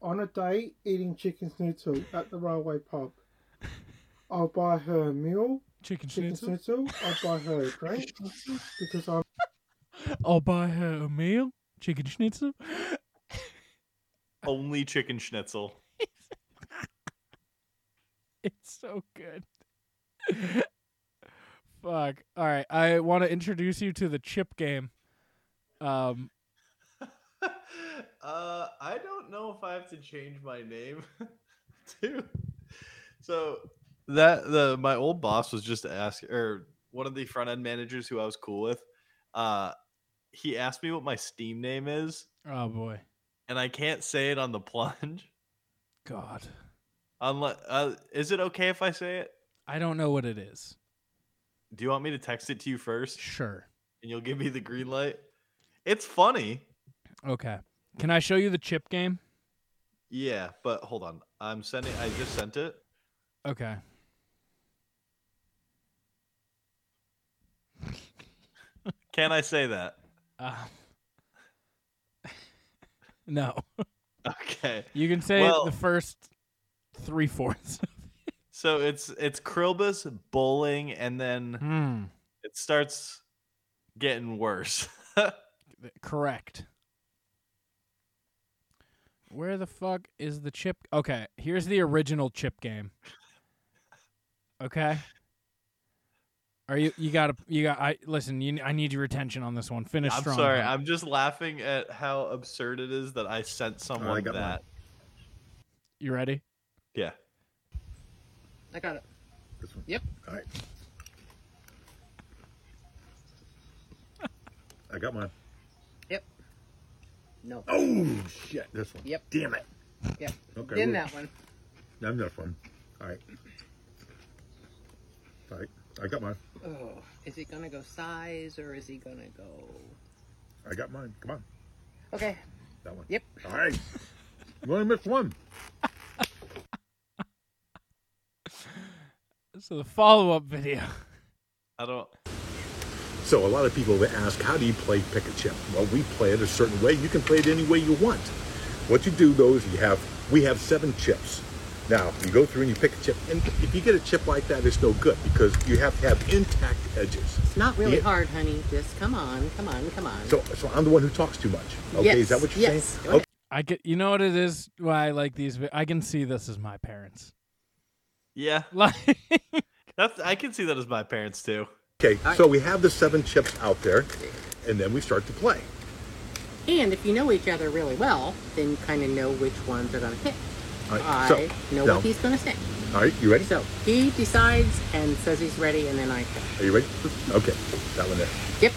S19: on a date eating chicken schnitzel at the railway pub. I'll buy her a meal,
S1: chicken,
S19: schnitzel. I'll buy her a drink because I'm
S1: I'll buy her a meal, chicken schnitzel.
S7: Only chicken schnitzel.
S1: It's so good. Fuck. All right, I want to introduce you to the chip game. Um,
S7: Uh, I don't know if I have to change my name to. So
S2: That the
S7: my old boss was just ask or one of the front end managers who I was cool with. Uh, he asked me what my Steam name is,
S1: oh boy,
S7: and I can't say it on the plunge.
S1: God,
S7: Unless uh, is it okay if I say it?
S1: I don't know what it is.
S7: Do you want me to text it to you first?
S1: Sure.
S7: And you'll give me the green light. It's funny.
S1: Okay, can I show you the chip game?
S7: Yeah, but hold on. I'm sending. I just sent it.
S1: Okay.
S7: Can I say that?
S1: Uh, no.
S7: Okay.
S1: You can say
S7: Well-
S1: the first three fourths.
S7: So it's it's Krilbus bowling, and then
S1: Mm-hmm.
S7: it starts getting worse.
S1: Correct. Where the fuck is the chip? Okay, here's the original chip game. Okay. Are you you got to you got I listen, you I need your attention on this one. Finish
S7: I'm
S1: strong.
S7: sorry.
S1: Hunt.
S7: I'm just laughing at how absurd it is that I sent someone
S1: got
S7: that.
S1: mine. you ready?
S7: Yeah.
S20: I got it. This one. Yep. All right.
S21: I got mine.
S20: Yep. No.
S21: Oh shit! This one.
S20: Yep.
S21: Damn it.
S20: Yep.
S21: Okay,
S20: Then
S21: we-
S20: that one.
S21: I'm not one. All right. All right. I got mine.
S20: Oh, is it gonna go size or is he gonna go?
S21: I got mine. Come on.
S20: Okay.
S21: That one.
S20: Yep.
S21: All right. You only missed one.
S1: So the follow-up video.
S7: I don't.
S21: So a lot of people would ask, how do you play pick a chip? Well, we play it a certain way. You can play it any way you want. What you do though is you have we have seven chips. Now you go through and you pick a chip, and if you get a chip like that, it's no good because you have to have intact edges.
S20: It's not really
S21: Yeah.
S20: hard, honey. Just come on, come on, come on.
S21: So, so I'm the one who talks too much. Okay, is that what you're
S20: Yes,
S21: saying?
S20: yes.
S1: I get you know what it is why I like these vi- I can see this as my parents.
S7: Yeah. That's I can see that as my parents too.
S21: Okay, so we have the seven chips out there, and then we start to play.
S20: And if you know each other really well, then you kind of know which ones are gonna hit.
S21: All
S20: I
S21: right, so
S20: know
S21: now-
S20: what he's gonna say.
S21: All right, you ready?
S20: So he decides and says he's ready, and then I.
S21: Are you ready? Okay, that one there.
S20: Yep.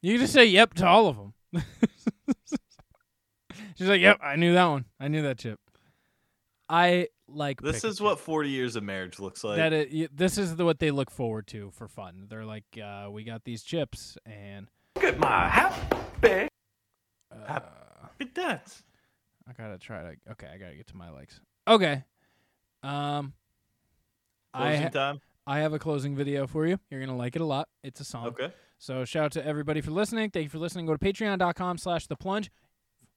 S1: You just say yep to all of them. She's like, "Yep, I knew that one. I knew that chip." I like
S7: This
S1: pick-
S7: is what 40 years of marriage looks like.
S1: that. It, y- this is the, what they look forward to for fun. They're like, uh, "We got these chips," and
S7: look at my happy, happy dance.
S1: I gotta try to. Okay, I gotta get to my likes. Okay, um, I
S7: Closing
S1: ha-
S7: time?
S1: I have a closing video for you. You're gonna like it a lot. It's a song.
S7: Okay.
S1: So shout out to everybody for listening. Thank you for listening. Go to Patreon.com/slash The Plunge.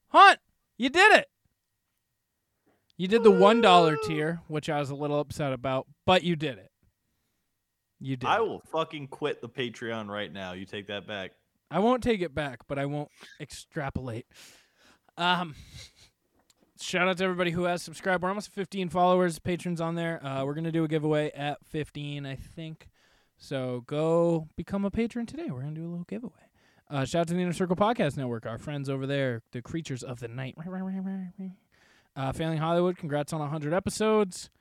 S1: Hunt, you did it. You did the one dollar tier, which I was a little upset about, but you did it. You did.
S7: I will fucking quit the Patreon right now. You take that back.
S1: I won't take it back, but I won't extrapolate. Um, shout out to everybody who has subscribed. We're almost at 15 followers, patrons on there. Uh, we're gonna do a giveaway at 15, I think. So go become a patron today. We're gonna do a little giveaway. Uh, shout out to the Inner Circle Podcast Network, our friends over there, the creatures of the night. Uh, Failing Hollywood, congrats on 100 episodes.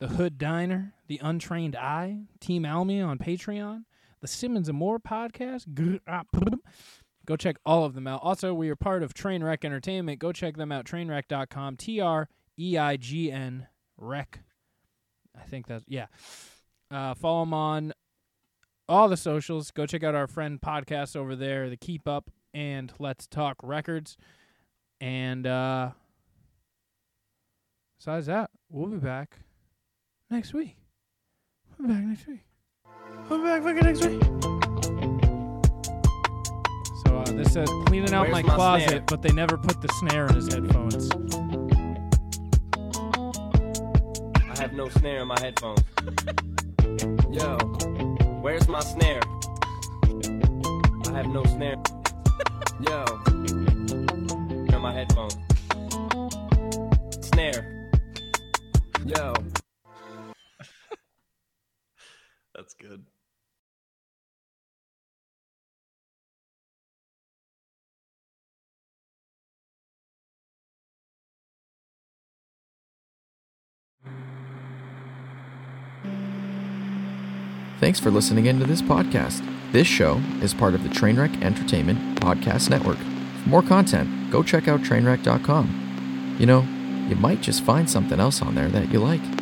S1: The Hood Diner, The Untrained Eye, Team Almy on Patreon, The Simmons and Moore podcast. Grr, ah, brr. Go check all of them out. Also, we are part of Trainwreck Entertainment. Go check them out, trainwreck.com, T R E I G N, rec. I think that's, yeah. Uh, follow them on all the socials. Go check out our friend podcast over there, The Keep Up and Let's Talk Records. And, uh, Besides that, we'll be back next week. We'll be back next week. We'll be back fucking next week. So uh, this says cleaning out my
S22: Where's my
S1: closet,
S22: snare?
S1: but they never put the snare in his headphones.
S22: I have no snare in my headphones. Yo, where's my snare? I have no snare. Yo, in my headphones. Snare. Yo.
S7: That's good.
S23: Thanks for listening into this podcast. This show is part of the Trainwreck Entertainment Podcast Network. For more content, go check out trainwreck.com. You know, you might just find something else on there that you like.